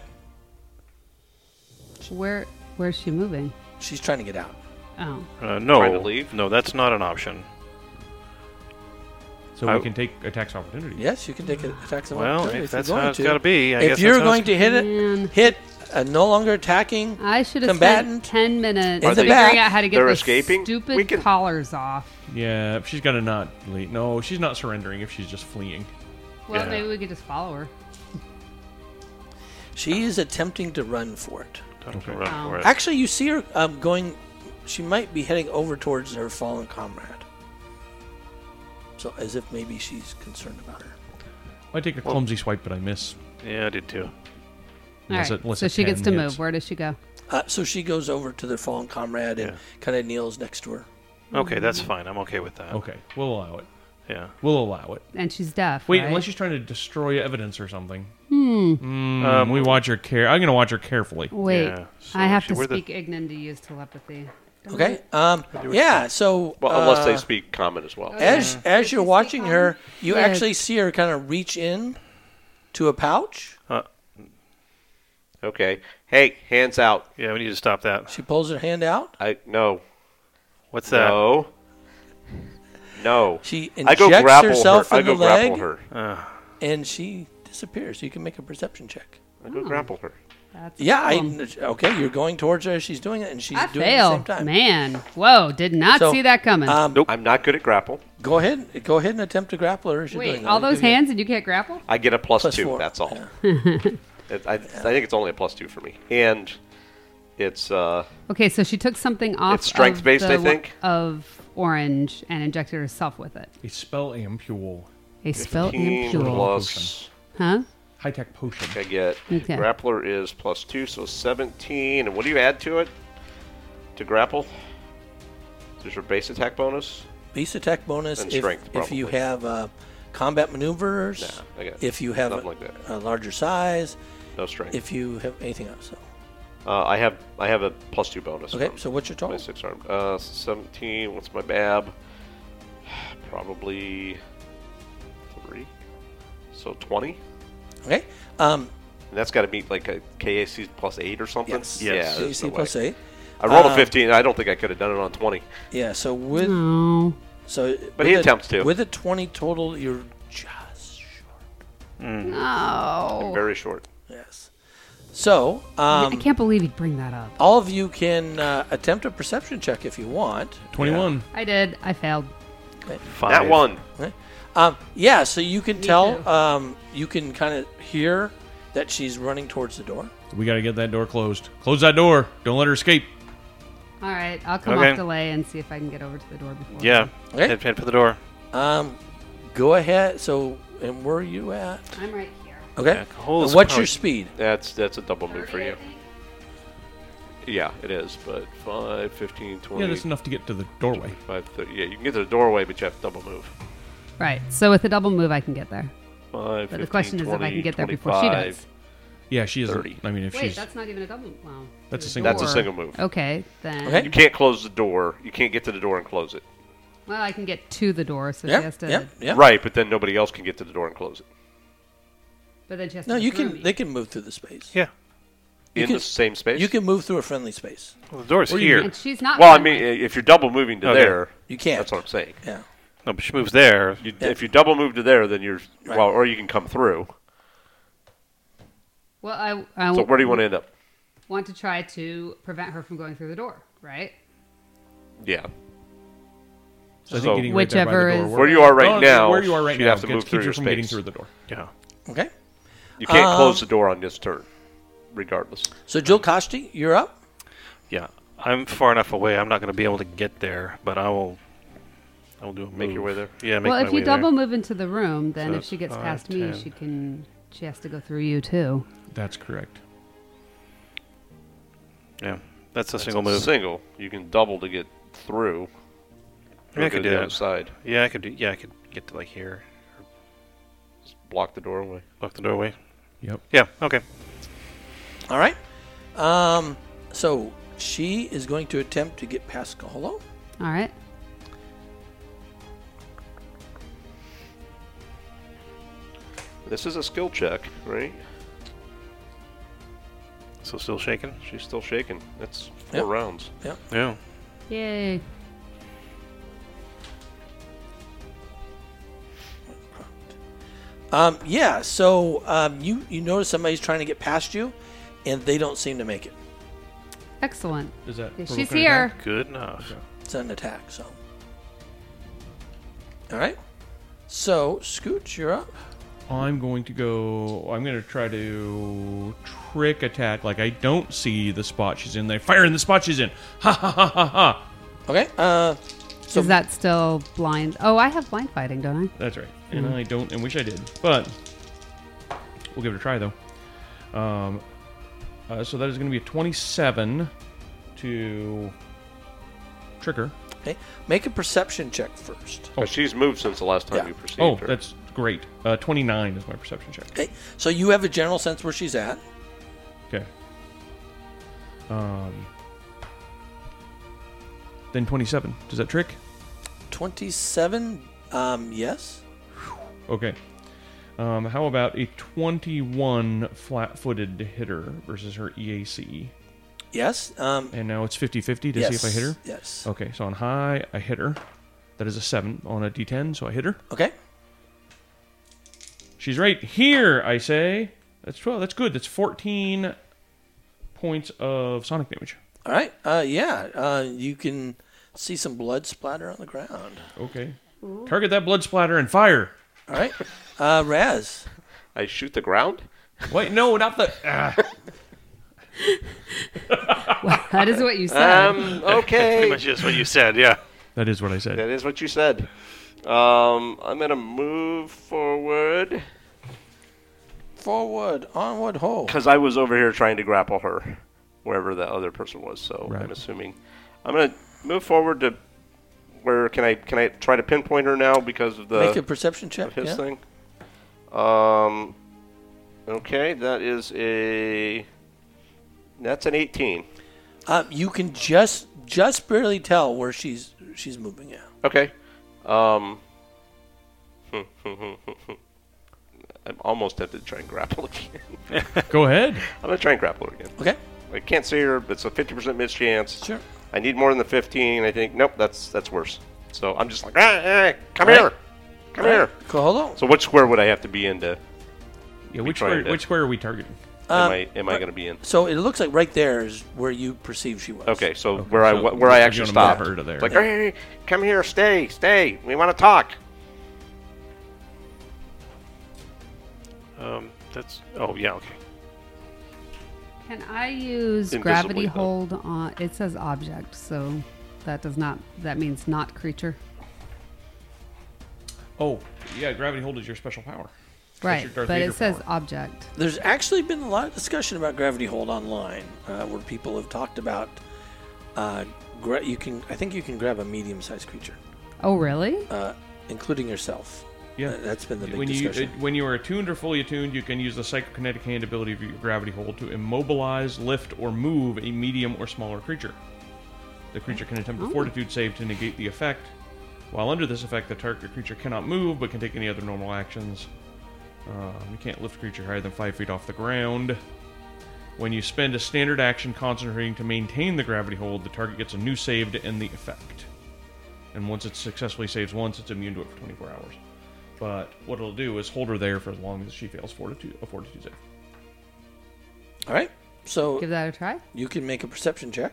S8: Where where's she moving?
S1: she- she's trying to get out.
S8: Oh,
S3: Uh, no,
S9: Trying to leave?
S3: no, that's not an option.
S7: So
S3: I-
S7: we can take attacks opportunity.
S1: Yes, you can take a attack. of
S3: Well,
S1: opportunity
S3: if
S1: you're
S3: that's how
S1: going
S3: it's gotta be, I
S1: if
S3: guess
S1: you're
S3: that's how
S1: going
S3: it's-
S1: to hit it,
S8: Man.
S1: hit a no longer attacking.
S8: I should have
S1: Combatant
S8: spent ten minutes
S1: in the
S8: figuring
S1: back.
S8: out how to get
S9: They're
S8: the
S9: escaping?
S8: stupid
S9: We can-
S8: collars off.
S7: Yeah, if she's gonna not leave. No, she's not surrendering. If she's just fleeing.
S8: Well,
S3: Yeah.
S8: maybe we could just follow her.
S1: She is attempting to run for it.
S3: Don't run for it.
S1: Actually, you see her um, going. She might be heading over towards her fallen comrade. So, as if maybe she's concerned about her.
S7: I take a clumsy swipe, but I miss.
S3: Yeah, I did too.
S8: All
S7: Unless
S8: right.
S7: it- unless
S8: so
S7: it
S8: she gets to
S7: 10
S8: move.
S7: hits.
S8: Where does she go?
S1: Uh, so she goes over to the fallen comrade and
S3: Yeah.
S1: kind of kneels next to her.
S3: Okay, that's
S8: Mm.
S3: fine. I'm okay with that.
S7: Okay, we'll allow it.
S3: Yeah.
S7: We'll allow it.
S8: And she's deaf.
S7: Wait,
S8: right?
S7: unless she's trying to destroy evidence or something. Hmm.
S3: Um,
S7: we watch her care. I'm gonna watch her carefully.
S8: Wait,
S3: Yeah, so
S8: I have
S3: she-
S8: to
S3: we're the-
S8: speak Ignan to use telepathy.
S1: Okay. Um, yeah. So.
S9: Well, unless they
S1: uh,
S9: speak common as well.
S1: As as you're
S8: Does she
S1: watching
S8: speak
S1: her, you
S8: Yeah.
S1: actually see her kind of reach in to a pouch.
S3: Uh,
S9: Okay. Hey, hands out.
S3: yeah, we need to stop that.
S1: She pulls her hand out.
S9: I no,
S3: What's that?
S9: no, no.
S1: She
S9: I go
S1: injects
S9: grapple
S1: herself
S9: her. I
S1: in the
S9: go grapple
S1: leg.
S9: her.
S3: Uh,
S1: and she disappears. You can make a perception check.
S9: I go grapple her.
S8: That's a
S1: Yeah. I,
S8: problem.
S1: okay. You're going towards her. She's doing it, and she's
S8: Um, I
S1: doing it at the same
S8: fail.
S1: time.
S8: Man. Whoa, did not
S1: So,
S8: see that coming.
S1: Um,
S9: Nope. I'm not good at grapple.
S1: Go ahead. Go ahead and attempt to grapple her. As you're doing
S8: Wait,
S1: that.
S8: all
S1: I'll
S8: those
S1: give you-
S8: hands and you can't grapple?
S9: I get a plus,
S1: Plus
S9: two.
S1: four.
S9: That's all. It- I, I think it's only a plus two for me, and it's uh,
S8: Okay, so she took something off
S9: It's strength-based,
S8: of the
S9: I
S8: lo-
S9: think.
S8: of orange and injected herself with it.
S7: A spell ampule,
S8: A spell
S9: 15
S8: ampule.
S9: plus.
S8: Huh?
S7: high tech potion.
S9: I get
S8: Okay.
S9: grappler is plus two, so seventeen. And what do you add to it to grapple? There's your base attack bonus.
S1: Base attack bonus
S9: And
S1: if,
S9: strength,
S1: if you
S9: probably.
S1: have uh, combat maneuvers.
S9: Nah, I got
S1: if you have
S9: nothing
S1: a,
S9: like that.
S1: a larger size.
S9: No strength.
S1: If you have anything else. So.
S9: uh, I have I have a plus two bonus.
S1: Okay.
S9: from-
S1: So what's your
S9: My
S1: total?
S9: six armed. Uh, 17. What's my bab? Probably three. So 20.
S1: Okay. Um,
S9: And that's got to be like a KAC plus eight or something.
S1: yes.
S9: Yeah.
S1: So you
S9: there's
S1: see
S9: no
S1: plus
S9: way.
S1: eight.
S9: I rolled
S1: Uh,
S9: a 15. I don't think I could have done it on 20.
S1: Yeah. So with
S8: Oh.
S1: so.
S9: But
S1: with
S9: he
S1: a-
S9: attempts to.
S1: With a twenty total, you're just short.
S8: Oh.
S9: Very short.
S1: Yes. So
S8: I
S1: um,
S8: can't believe he'd bring that up.
S1: all of you can uh, attempt a perception check if you want.
S7: Twenty-one.
S8: I did. I failed.
S3: Five.
S9: That one.
S1: Okay. Um, yeah. So you can
S8: too.
S1: tell. Um, you can kind of hear that she's running towards the door.
S7: We gotta get that door closed. Close that door. Don't let her escape.
S8: All right, I'll come
S3: Okay.
S8: off delay and see if I can get over to the door before.
S3: Yeah.
S1: Okay.
S3: Head, head for the door.
S1: Um, go ahead. So and where are you at?
S8: I'm right here.
S1: Okay.
S3: Yeah, Cahul is
S1: And what's
S3: probably-
S1: your speed?
S9: That's that's a double move for you. Yeah, it is. But 5, 15, 20.
S7: Yeah, that's enough to get to the doorway.
S9: 25, 30. Yeah, you can get to the doorway, but you have to double move.
S8: Right. So with a double move, I can get there.
S9: 5,
S8: But
S9: 15,
S8: the question is if I
S9: 20,
S8: can get there before she
S9: 25.
S8: does.
S7: Yeah, she is.
S9: 30.
S7: I mean, if
S8: Wait,
S7: she's
S8: that's not even a double. Wow.
S7: That's a
S8: The
S7: single-
S9: That's a
S8: door. Oh.
S9: single move.
S8: Okay, then.
S1: Okay.
S9: You can't close the door. You can't get to the door and close it.
S8: Well, I can get to the door, so she
S1: Yeah.
S8: has to.
S1: Yeah. Yeah.
S9: Right, but then nobody else can get to the door and close it.
S8: But then she has to.
S1: No,
S8: go
S1: you
S8: through
S1: can.
S8: me.
S1: They can move through the space.
S3: Yeah.
S1: You
S9: in
S1: can-
S9: the same space.
S1: You can move through a friendly space.
S3: Well, the door's
S7: Or you
S3: here.
S8: And she's not.
S9: Well, I mean,
S8: friendly.
S9: if you're double moving to
S3: Okay.
S9: there,
S1: You can't.
S9: That's what I'm saying.
S1: Yeah.
S3: No, but she moves there.
S9: You, If you double move to there, then you're
S1: Right.
S9: well, or you can come through.
S8: Well, I, I
S9: So where do you want to end up?
S8: want to try to prevent her from going through the door, right?
S9: Yeah,
S7: So, I think
S9: So-
S7: getting right down by the
S8: Whichever
S7: door
S8: is-
S7: works.
S9: Where you are right
S7: No, no,
S9: now,
S7: Where you are right
S9: you'd
S7: now
S9: have to
S7: gets-
S9: move
S7: keeps
S9: through
S7: you
S9: your
S7: from getting
S9: space.
S7: through the door.
S3: Yeah.
S1: Okay.
S9: You can't
S1: Um,
S9: close the door on this turn, regardless.
S1: So Jill Costi, you're up.
S3: Yeah. I'm far enough away. I'm not going to be able to get there, but I will. I will do. a
S9: Make your
S3: move.
S9: way there.
S3: Yeah. Make
S8: well,
S3: my
S8: if you
S3: way there.
S8: double move into the room, then
S3: So
S8: if she gets
S3: five,
S8: past me,
S3: 10.
S8: she can. She has to go through you too.
S7: That's correct.
S3: Yeah. That's a single move.
S9: Single. You can double to get through.
S3: Yeah, I could
S9: go to
S3: do
S9: the
S3: that.
S9: other side.
S3: Yeah, I could do. Yeah, I could get to like here,
S9: Just block the doorway.
S3: lock the doorway.
S7: Yep.
S3: Yeah. Okay.
S1: All right. Um, so she is going to attempt to get past Kaholo.
S8: All right.
S9: This is a skill check, right?
S3: So still shaking.
S9: She's still shaking. That's four
S1: Yep.
S9: rounds.
S3: Yeah.
S8: Yay.
S1: Um, yeah. So um, you you notice somebody's trying to get past you, and they don't seem to make it.
S8: Excellent.
S7: Is that?
S8: She's
S7: provoke an
S8: here.
S7: attack?
S3: Good enough.
S1: It's not an attack. So. All right. So Scooch, you're up.
S7: I'm going to go. I'm going to try to trick attack. Like I don't see the spot she's in. They fire in the spot she's in. Ha ha ha ha ha.
S1: Okay. Uh, so
S8: Is that still blind? Oh, I have blind fighting, don't I?
S7: That's right. And I don't. And wish I did. But we'll give it a try though. Um, uh, so that is going to be a 27 to trick her.
S1: okay. Make a perception check first.
S3: Oh.
S9: But she's moved since the last time
S1: Yeah.
S9: you perceived
S7: Oh,
S9: her.
S7: that's great. Uh, 29 is my perception check.
S1: Okay. So you have a general sense where she's at.
S7: Okay. Um. Then 27. Does that trick?
S1: Twenty-seven. Um, yes.
S7: Okay. Um, how about a 21 flat footed hitter versus her EAC?
S1: Yes. Um,
S7: And now it's 50 50 to
S1: yes.
S7: see if I hit her.
S1: Yes.
S7: Okay, so on high, I hit her. That is a 7 on a d10, so I hit her.
S1: Okay.
S7: She's right here, I say. That's 12. That's good. That's 14 points of sonic damage.
S1: All right. Uh, yeah. Uh, you can see some blood splatter on the ground.
S7: Okay. Target that blood splatter and fire.
S1: All right. Uh, Raz.
S9: I shoot the ground?
S7: Wait, no, not the. Ah.
S8: That is what you said.
S9: Um,
S3: Pretty
S9: okay.
S3: much just what you said. Yeah.
S7: That is what I said.
S9: that is what you said. Um, I'm going to move forward
S1: Forward. Onward. Ho.
S9: because I was over here trying to grapple her, wherever that other person was. So
S7: Right.
S9: I'm assuming I'm going to move forward to where can I can I try to pinpoint her now because of the
S1: Make a perception check.
S9: of his
S1: yeah.
S9: thing. Um, okay, that is a that's an 18.
S1: Uh, you can just just barely tell where she's she's moving at.
S9: Okay. Um, I'm almost tempted to try and grapple again.
S7: Go ahead.
S9: I'm gonna try and grapple her again.
S1: Okay.
S9: I can't see her, but it's a 50% miss chance.
S1: Sure.
S9: I need more than the 15. I think nope, that's that's worse. So I'm just like, ah, ah, come
S1: All right.
S9: here, come here.
S1: Koholo.
S9: So what square would I have to be in to?
S7: Yeah, which
S9: tried
S7: square,
S9: that.
S7: which square are we targeting?
S9: Am
S1: Um,
S9: I am I gonna be in?
S1: So it looks like right there is where you perceive she was.
S9: Okay, so where I
S7: so
S9: wh- where I
S7: you're
S9: actually
S7: gonna move
S9: stopped.
S7: her to there.
S9: It's Like, hey, come here, stay, stay. We want to talk.
S3: Um. That's. Oh yeah. Okay.
S8: Can I use
S9: Invisibly,
S8: gravity
S9: though.
S8: hold on? It says object, so that does not. That means not creature.
S7: Oh, yeah, gravity hold is your special power.
S8: Right,
S7: your Darth
S8: but
S7: Vader
S8: it says
S7: power.
S8: object.
S1: There's actually been a lot of discussion about gravity hold online, uh, where people have talked about uh, gra- you can. I think you can grab a medium-sized creature,
S8: Oh, really?
S1: uh, including yourself.
S7: Yeah.
S1: Th- that's been the big
S7: when you
S1: discussion.
S7: uh, when you are attuned or fully attuned, you can use the psychokinetic hand ability of your gravity hold to immobilize, lift, or move a medium or smaller creature. The creature can
S1: Oh.
S7: attempt a fortitude save to negate the effect. While under this effect, the target creature cannot move but can take any other normal actions. Um, you can't lift a creature higher than five feet off the ground. When you spend a standard action concentrating to maintain the gravity hold, the target gets a new save to end the effect. And once it successfully saves once, it's immune to it for 24 hours. But what it'll do is hold her there for as long as she fails fortitude, a fortitude save.
S1: All right. So
S8: Give that a try.
S1: you can make a perception check.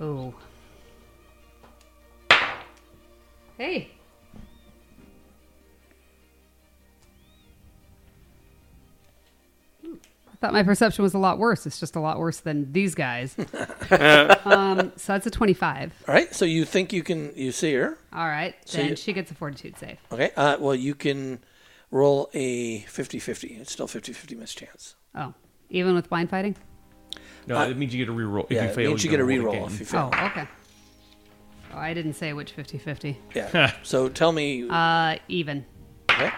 S8: Oh, Hey. Hmm. I thought my perception was a lot worse. It's just a lot worse than these guys. um, so that's a 25.
S1: All right, so you think you can you see her?
S8: All right.
S1: So
S8: then
S1: you-
S8: she gets a fortitude save.
S1: Okay. Uh, well, you can roll a 50-50. It's still 50-50 miss chance.
S8: Oh, even with blind fighting?
S7: No,
S1: Uh,
S7: it means you get a reroll. If
S1: yeah,
S7: you fail,
S1: it means you get a
S7: gotta roll
S1: reroll
S7: again.
S1: if you
S8: Oh,
S1: fail.
S8: okay. Oh, I didn't say which 50 50.
S1: Yeah. so tell me.
S8: Uh, even.
S1: okay.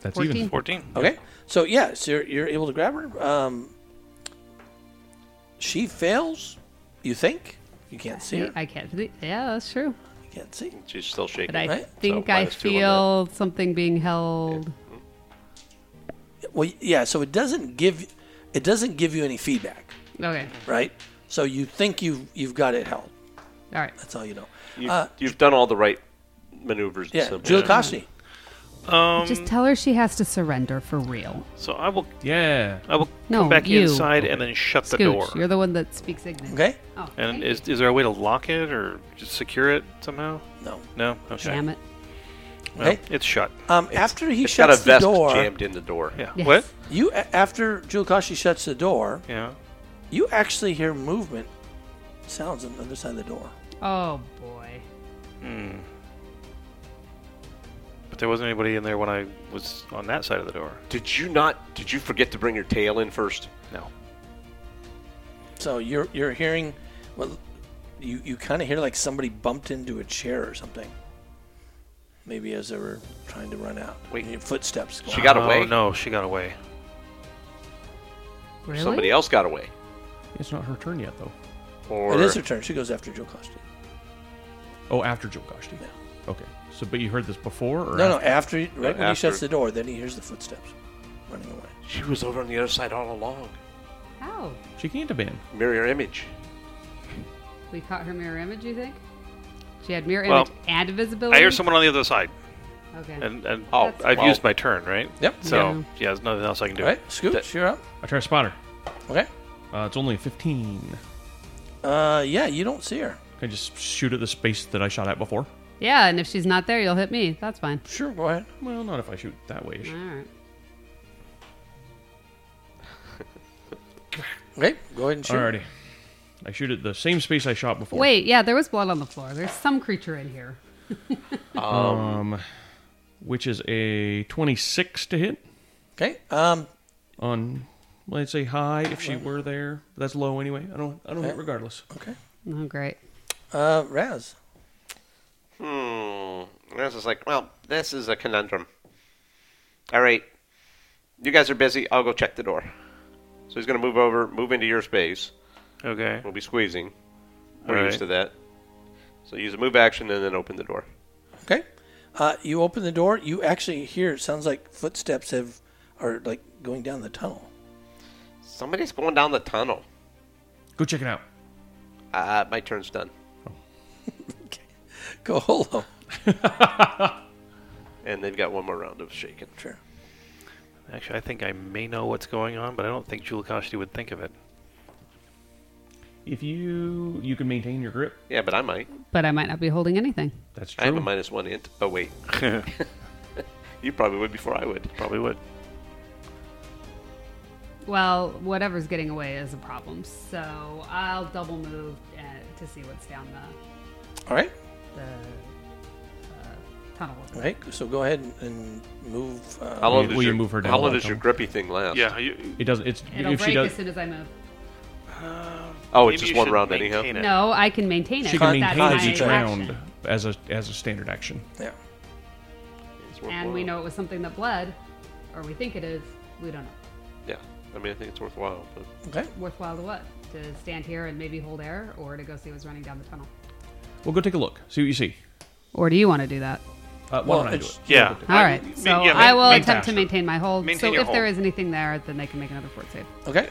S7: That's
S8: 14.
S7: even
S3: 14.
S1: Okay. So yeah, so you're, you're able to grab her. Um, she fails. You think you can't see her?
S8: I can't. Yeah, that's true.
S1: You can't see.
S9: She's still shaking.
S8: But I
S1: Right?
S8: think
S9: So
S8: I
S9: minus two on that.
S8: feel something being held.
S1: Well, yeah. So it doesn't give it doesn't give you any feedback,
S8: Okay.
S1: right? So you think you you've got it held.
S8: All right.
S1: That's all you know.
S9: You,
S1: Uh,
S9: you've done all the right maneuvers. and
S1: Yeah,
S9: stuff.
S1: Julie Costi.
S3: Um,
S8: Just tell her she has to surrender for real.
S3: So I will
S7: Yeah.
S3: I will
S8: No,
S3: come back
S8: you.
S3: inside and then shut the
S8: Scooch,
S3: door.
S8: you're the one that speaks English.
S1: Okay.
S8: Oh,
S3: and
S8: thank
S3: is,
S8: you.
S3: is there a way to lock it or just secure it somehow?
S1: No.
S3: No. Okay.
S8: Damn it.
S3: Well,
S1: Okay.
S3: It's shut.
S9: Uh,
S1: Um, after he
S9: It's got a
S1: shuts the
S9: vest
S1: door,
S9: jammed in the door.
S3: Yeah.
S8: Yes.
S3: What?
S1: you a- after Julie Costi shuts the door,
S3: Yeah.
S1: you actually hear movement sounds on the other side of the door.
S8: Oh, boy.
S3: But there wasn't anybody in there when I was on that side of the door.
S9: Did you not? Did you forget to bring your tail in first?
S3: No.
S1: So you're you're hearing, well, you you kind of hear like somebody bumped into a chair or something. Maybe as they were trying to run out.
S9: Wait.
S1: And your footsteps.
S9: She
S1: Going
S9: got
S3: oh,
S9: away.
S3: No, she got away.
S8: Really?
S9: Somebody else got away.
S7: It's not her turn yet, though.
S9: Or
S1: it is her turn. She goes after Joe Costa.
S7: Oh, after Joe Costi.
S1: Yeah.
S7: Okay. So, but you heard this before, or
S1: No, no. After
S7: after?
S1: right when he
S9: after.
S1: shuts the door, then he hears the footsteps running away.
S9: she was over on the other side all along.
S8: How?
S7: She can't abandon.
S9: Mirror image.
S8: We caught her mirror image, you think? She had mirror
S3: Well,
S8: image and visibility?
S3: I hear someone on the other side,
S8: Okay.
S3: and and
S9: Oh,
S8: That's-
S3: I've
S9: well,
S3: used my turn, right?
S1: Yep.
S3: So
S8: Yeah.
S3: yeah, there's nothing else I can do.
S1: All right, Scooch, you're up.
S7: I try to spot her.
S1: Okay.
S7: Uh, it's only a 15. Can
S1: Uh, yeah, you don't see her.
S7: I just shoot at the space that I shot at before?
S8: yeah, and if she's not there, you'll hit me. That's fine.
S1: Sure, go ahead.
S7: Well, not if I shoot that way.
S8: All right.
S1: Okay, go ahead and shoot.
S7: Alrighty. I shoot at the same space I shot before.
S8: Wait, yeah, there was blood on the floor. There's some creature in here.
S7: Um, which is a 26 to hit
S1: Okay. Um,
S7: on, let's say high if she were there. That's low anyway. I don't. I don't hit regardless.
S1: okay.
S8: Oh, great.
S1: Uh, Raz.
S9: Hmm. This is like, well, this is a conundrum. All right. You guys are busy. I'll go check the door. So he's going to move over, move into your space.
S3: Okay.
S9: We'll be squeezing. We're
S3: All
S9: used to
S3: right.
S9: that. So use a move action and then open the door.
S1: Okay. Uh, you open the door. You actually hear. It sounds like footsteps have are like going down the tunnel.
S9: Somebody's going down the tunnel.
S7: Go check it out.
S9: Uh, my turn's done.
S1: Go holo.
S9: And they've got one more round of shaking.
S1: Sure.
S3: Actually, I think I may know what's going on, but I don't think Julakashti would think of it.
S7: If you you can maintain your grip,
S9: Yeah, but I might.
S8: But I might not be holding anything.
S7: that's
S9: I have a
S7: true.
S9: minus one int. Oh, wait. you probably would before I would.
S3: Probably would.
S8: Well, whatever's getting away is a problem, so I'll double move uh, to see what's down the,
S1: All right.
S8: the uh, tunnel. over there.
S1: Okay. So go ahead and, and move. Uh,
S9: How long
S7: Will
S9: does
S7: you
S9: your,
S7: move her down
S9: How
S7: the
S9: long does your
S7: tunnel?
S9: grippy thing last?
S3: Yeah. You,
S7: It doesn't. It's
S8: It'll
S7: if
S8: break
S7: she does.
S8: as soon as I move.
S9: Oh,
S3: maybe
S9: it's just
S3: you
S9: one
S3: should
S9: round anyhow.
S3: maintain it.
S8: No, I can maintain it.
S7: She can
S8: That's
S7: maintain
S1: Con-
S7: it
S8: my
S7: each
S1: Con-
S7: round
S8: action.
S7: as a as a standard action.
S1: yeah.
S9: It's
S8: And
S9: worthwhile.
S8: we know it was something that bled, or we think it is. We don't know.
S9: Yeah. I mean, I think it's worthwhile. But
S1: Okay.
S8: Worthwhile to what? To stand here and maybe hold air, or to go see what's running down the tunnel?
S7: We'll go take a look. See what you see.
S8: Or do you want to do that?
S7: Uh, why don't I do
S1: it's-
S7: it?
S3: Yeah.
S8: All right. So
S3: yeah,
S8: I
S3: main-
S8: will
S3: main
S8: attempt to
S3: task.
S8: maintain my hold.
S3: Maintain
S8: so if
S3: your
S8: there
S3: hold.
S8: is anything there, then they can make another fort save.
S1: Okay.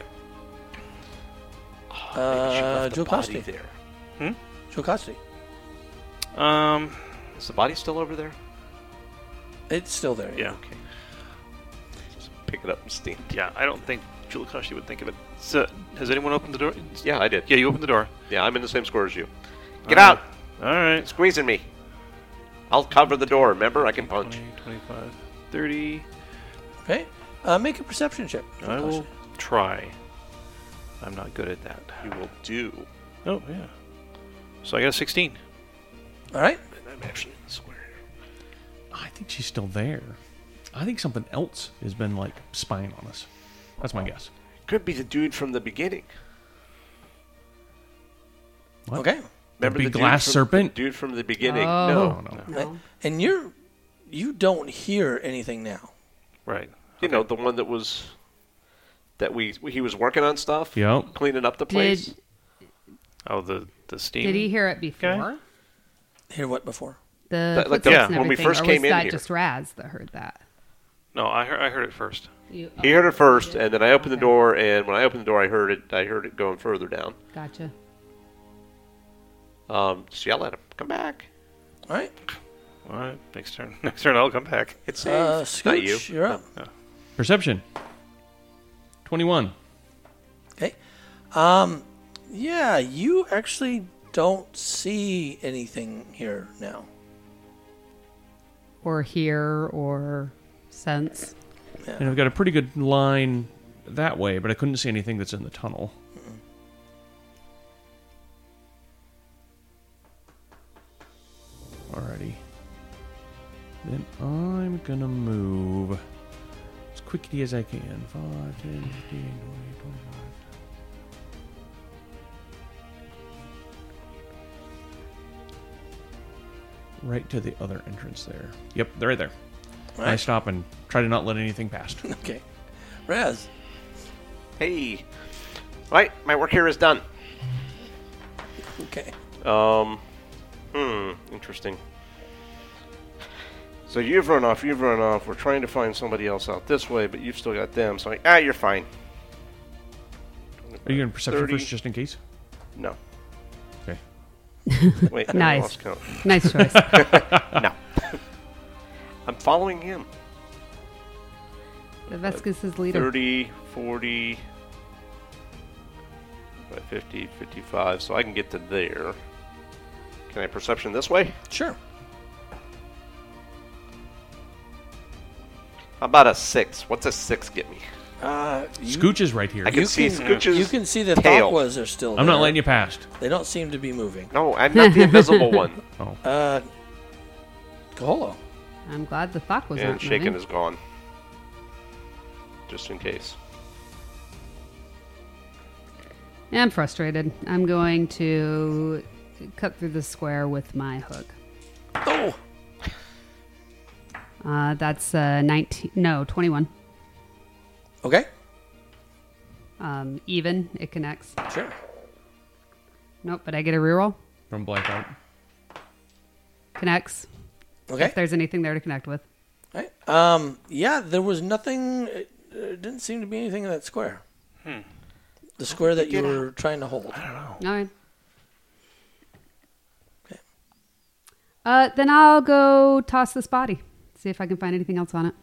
S9: She
S1: Uh,
S9: left the
S1: Joe
S9: body
S1: Costi.
S9: there.
S1: Joe Costi.
S3: Um.
S9: Is the body still over there?
S1: It's still there.
S3: Yeah.
S9: Okay. Just pick it up and stand.
S3: Yeah. I don't think Julakashti would think of it. So, has anyone opened the door?
S9: Yeah, I did.
S3: Yeah. You opened the door.
S9: Yeah, I'm in the same square as you. Get
S3: Uh,
S9: out!
S3: All right.
S9: Squeezing me. I'll cover the door. Remember, I can punch.
S3: 20, 25, 30.
S1: Okay. Uh, make a perception check.
S3: I will try. I'm not good at that.
S2: You will do.
S3: Oh, yeah. So I got a 16.
S1: All right.
S2: And I'm actually in the square.
S7: I think she's still there. I think something else has been like spying on us. That's my guess.
S9: Could be the dude from the beginning.
S7: What?
S1: Okay.
S9: Remember
S7: big
S9: the dude
S7: glass
S9: from-
S7: serpent?
S9: the dude from the beginning. No,
S8: Oh.
S7: no.
S1: Right. Uh, And you're you don't hear anything now.
S3: Right.
S9: you know the one that was that we he was working on stuff.
S7: Yep.
S9: Cleaning up the place.
S8: Did uh,
S3: Oh, the, the steam.
S8: did he hear it before?
S1: Hear what before?
S8: The
S9: That- like
S8: like
S9: the-
S8: yeah,
S9: when we first
S8: or
S9: came
S8: was
S9: in
S8: that
S9: here.
S8: just Raz that heard that?
S3: No, I heard, I heard it first.
S8: You, oh,
S9: He heard it first, and then I opened the door, and when I opened the door, I heard it. I heard it going further down.
S8: Gotcha.
S9: Um, just yell at him, come back.
S1: All right.
S3: All right. Next turn. Next turn, I'll come back.
S9: It's
S1: Uh,
S9: safe. not you.
S1: Scooch, you're up.
S7: Perception. Twenty-one.
S1: Okay. Um, yeah, you actually don't see anything here now.
S8: Or hear or sense.
S7: And I've got a pretty good line that way, but I couldn't see anything that's in the tunnel. Alrighty. Then I'm gonna move as quickly as I can. 5, 10, 15, 20, 25. Right to the other entrance there. Yep, they're right there.
S1: All
S7: I
S1: right.
S7: stop and try to not let anything past.
S1: Okay. Raz.
S9: Hey, right, my work here is done.
S1: Okay.
S9: Um, hmm, interesting. So you've run off. You've run off. We're trying to find somebody else out this way, but you've still got them. So I, ah, you're fine.
S7: Are you in perception
S9: 30.
S7: first, just in case?
S9: No.
S7: Okay.
S9: Wait. I
S8: Nice.
S9: lost count.
S8: Nice choice.
S9: I'm following him.
S8: the Vescus is leader.
S9: 30, 40, by 50, 55, so I can get to there. Can I perception this way?
S1: Sure.
S9: How about a six? What's a six get me?
S1: Uh, you,
S7: Scooch is right here.
S9: I can
S1: you
S9: see
S1: can,
S9: Scooch's
S1: you can see the
S9: tail.
S1: Thakwas are still
S7: I'm not
S1: there.
S7: letting you past.
S1: They don't seem to be moving.
S9: No, I'm not the invisible one.
S7: Oh,
S1: Uh, Kaholo.
S8: I'm glad the fuck was
S9: and
S8: not
S9: Shaken
S8: moving.
S9: is gone. Just in case.
S8: I'm frustrated. I'm going to cut through the square with my hook.
S1: Oh!
S8: Uh, that's uh, 19. No, 21.
S1: Okay.
S8: Um, even. It connects.
S1: Sure.
S8: Nope, but I get a reroll.
S7: from blackout.
S8: Connects.
S1: Okay.
S8: If there's anything there to connect with.
S1: Right. Um. Yeah, there was nothing. It, it didn't seem to be anything in that square. The square that you were trying to hold.
S8: All right.
S1: Okay.
S8: Uh, then I'll go toss this body. See if I can find anything else on it.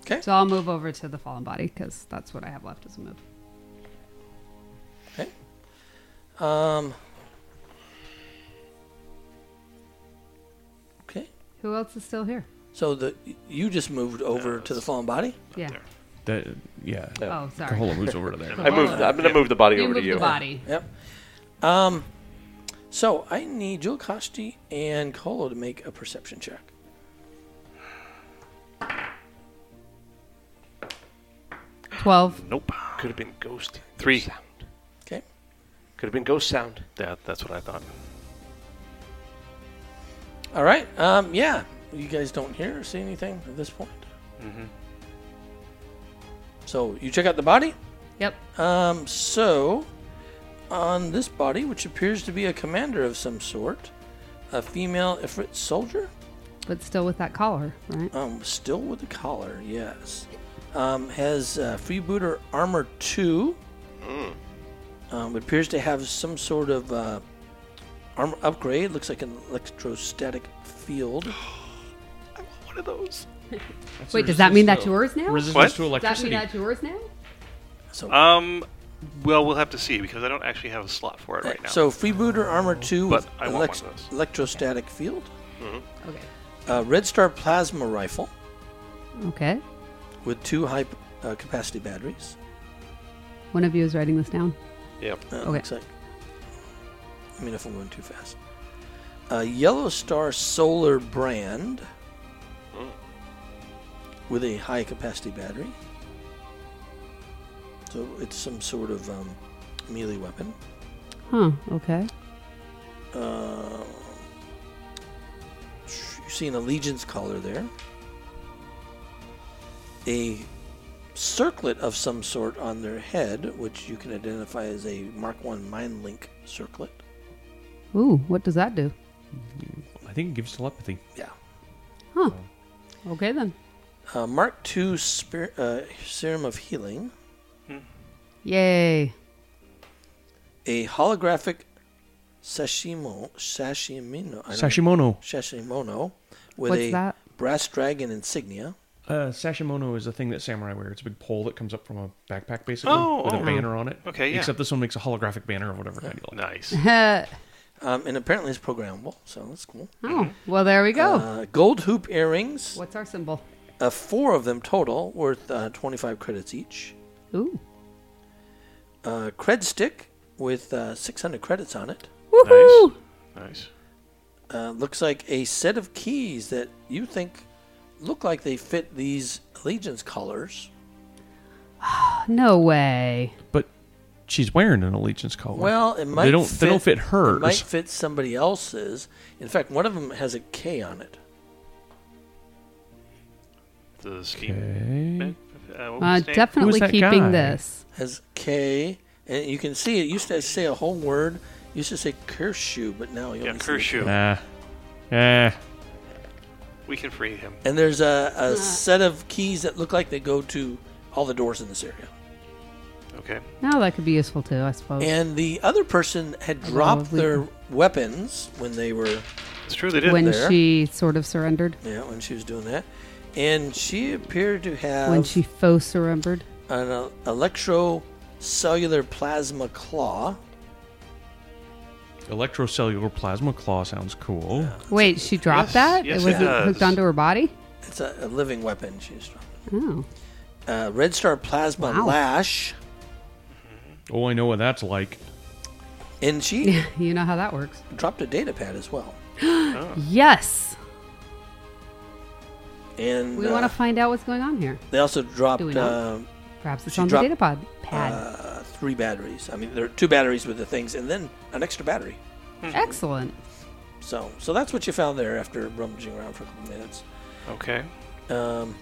S1: Okay.
S8: So I'll move over to the fallen body because that's what I have left as a move.
S1: Okay. Um. Okay.
S8: Who else is still here?
S1: So the you just moved over to the fallen body.
S8: Yeah.
S7: That, yeah.
S8: Oh, sorry.
S7: Kahola moves over to there.
S9: I moved, I'm going to move the body
S8: You
S9: over to
S8: moved
S9: you.
S8: the body.
S1: Yep. Um. So I need Jill Kosti and Colo to make a perception check.
S8: Twelve.
S3: Nope.
S9: Could have been ghost.
S3: Three.
S9: Sound.
S1: Okay.
S9: Could have been ghost sound.
S3: That, that's what I thought.
S1: All right. Um. Yeah. You guys don't hear or see anything at this point. Mm-hmm. So you check out the body.
S8: Yep.
S1: Um, so, on this body, which appears to be a commander of some sort, a female Ifrit soldier,
S8: But still with that collar, right?
S1: um, still with the collar, yes, um, has uh, freebooter armor 2.
S3: Hmm.
S1: Um, appears to have some sort of uh, armor upgrade. Looks like an electrostatic field.
S9: One of those.
S7: That's
S8: Wait,
S7: a
S8: does that mean
S7: resistance
S8: that's yours now? Does
S7: Resistance
S3: What?
S7: to
S8: that mean
S7: electricity.
S8: that's yours now?
S1: So,
S3: Um, well, we'll have to see because I don't
S1: Uh,
S3: actually have a slot for it right now.
S1: so freebooter armor 2
S3: But
S1: with
S3: I want one of
S1: elec-
S3: those.
S1: electrostatic field.
S8: Okay.
S1: A Red Star plasma rifle
S8: Okay.
S1: with two high uh, capacity batteries.
S8: One of you is writing this down.
S1: Uh,
S8: Okay.
S1: Looks like. I mean, if I'm going too fast. A Yellow Star solar brand with a high capacity battery. So it's some sort of um, melee weapon.
S8: Huh. Okay.
S1: Uh, you see an allegiance collar there. A circlet of some sort on their head, which you can identify as a Mark One Mind Link circlet.
S8: Ooh, what does that do?
S7: I think it gives telepathy.
S1: Yeah.
S8: Huh. Okay then.
S1: Uh, Mark Two spir- uh, Serum of Healing.
S8: Yay.
S1: A holographic sashimo sashimino I don't know.
S7: Sashimono.
S1: sashimono with
S8: What's
S1: a
S8: that?
S1: brass dragon insignia.
S7: Uh, sashimono is a thing that samurai wear. It's a big pole that comes up from a backpack, basically,
S3: Oh,
S7: with a
S3: oh.
S7: banner on it.
S3: Okay, yeah.
S7: Except this one makes a holographic banner of whatever kind you like.
S3: Nice.
S8: oh,
S1: Um, and apparently it's programmable, so that's cool.
S8: well there we go.
S1: Uh, gold hoop earrings.
S8: What's our symbol?
S1: uh, four of them total, worth uh, 25 credits each.
S8: Ooh.
S1: Uh, cred stick with uh, 600 credits on it.
S8: Woohoo!
S3: Nice.
S1: Uh, looks like a set of keys that you think look like they fit these allegiance collars.
S8: No way.
S7: But she's wearing an allegiance collar.
S1: Well, it might
S7: they don't
S1: fit,
S7: they don't
S1: It
S7: fit hers.
S1: might fit somebody else's. In fact, one of them has a K on it.
S3: The scheme.
S7: okay.
S3: Uh, what was
S8: Uh,
S3: his name?
S8: definitely
S7: that
S8: keeping
S7: guy?
S8: this.
S1: Has K, and you can see it used to say a whole word. Used to say Kershu, but now you
S3: Yeah,
S1: only see the K.
S3: Kershaw.
S7: Nah. Eh.
S3: We can free him.
S1: And there's a, a set of keys that look like they go to all the doors in this area.
S3: Okay.
S8: No, that could be useful too, I suppose.
S1: And the other person had dropped
S8: we-
S1: their weapons when they were
S3: It's true they did.
S8: when
S1: there.
S8: she sort of surrendered.
S1: yeah when she was doing that, and she appeared to have
S8: When she faux surrendered.
S1: an uh, electrocellular plasma claw.
S7: Electrocellular plasma claw sounds cool.
S8: Wait, she dropped
S3: Yes,
S8: that?
S3: yes,
S8: it
S3: it
S8: wasn't
S3: does.
S8: hooked onto her body?
S1: It's a, a living weapon. She's
S8: Oh.
S1: uh, red star plasma
S8: Wow.
S1: lash,
S7: Oh, I know what that's like.
S1: and she
S8: you know how that works.
S1: dropped a data pad as well.
S8: Yes.
S1: And
S8: We
S1: uh,
S8: want to find out what's going on here.
S1: they also dropped
S8: Do we
S1: uh,
S8: not? Perhaps it's
S1: She
S8: on
S1: dropped-
S8: the data pod pad.
S1: uh, three batteries. I mean, there are two batteries with the things, and then an extra battery.
S8: Excellent.
S1: So, so that's what you found there after rummaging around for a couple minutes.
S3: Okay.
S1: Um,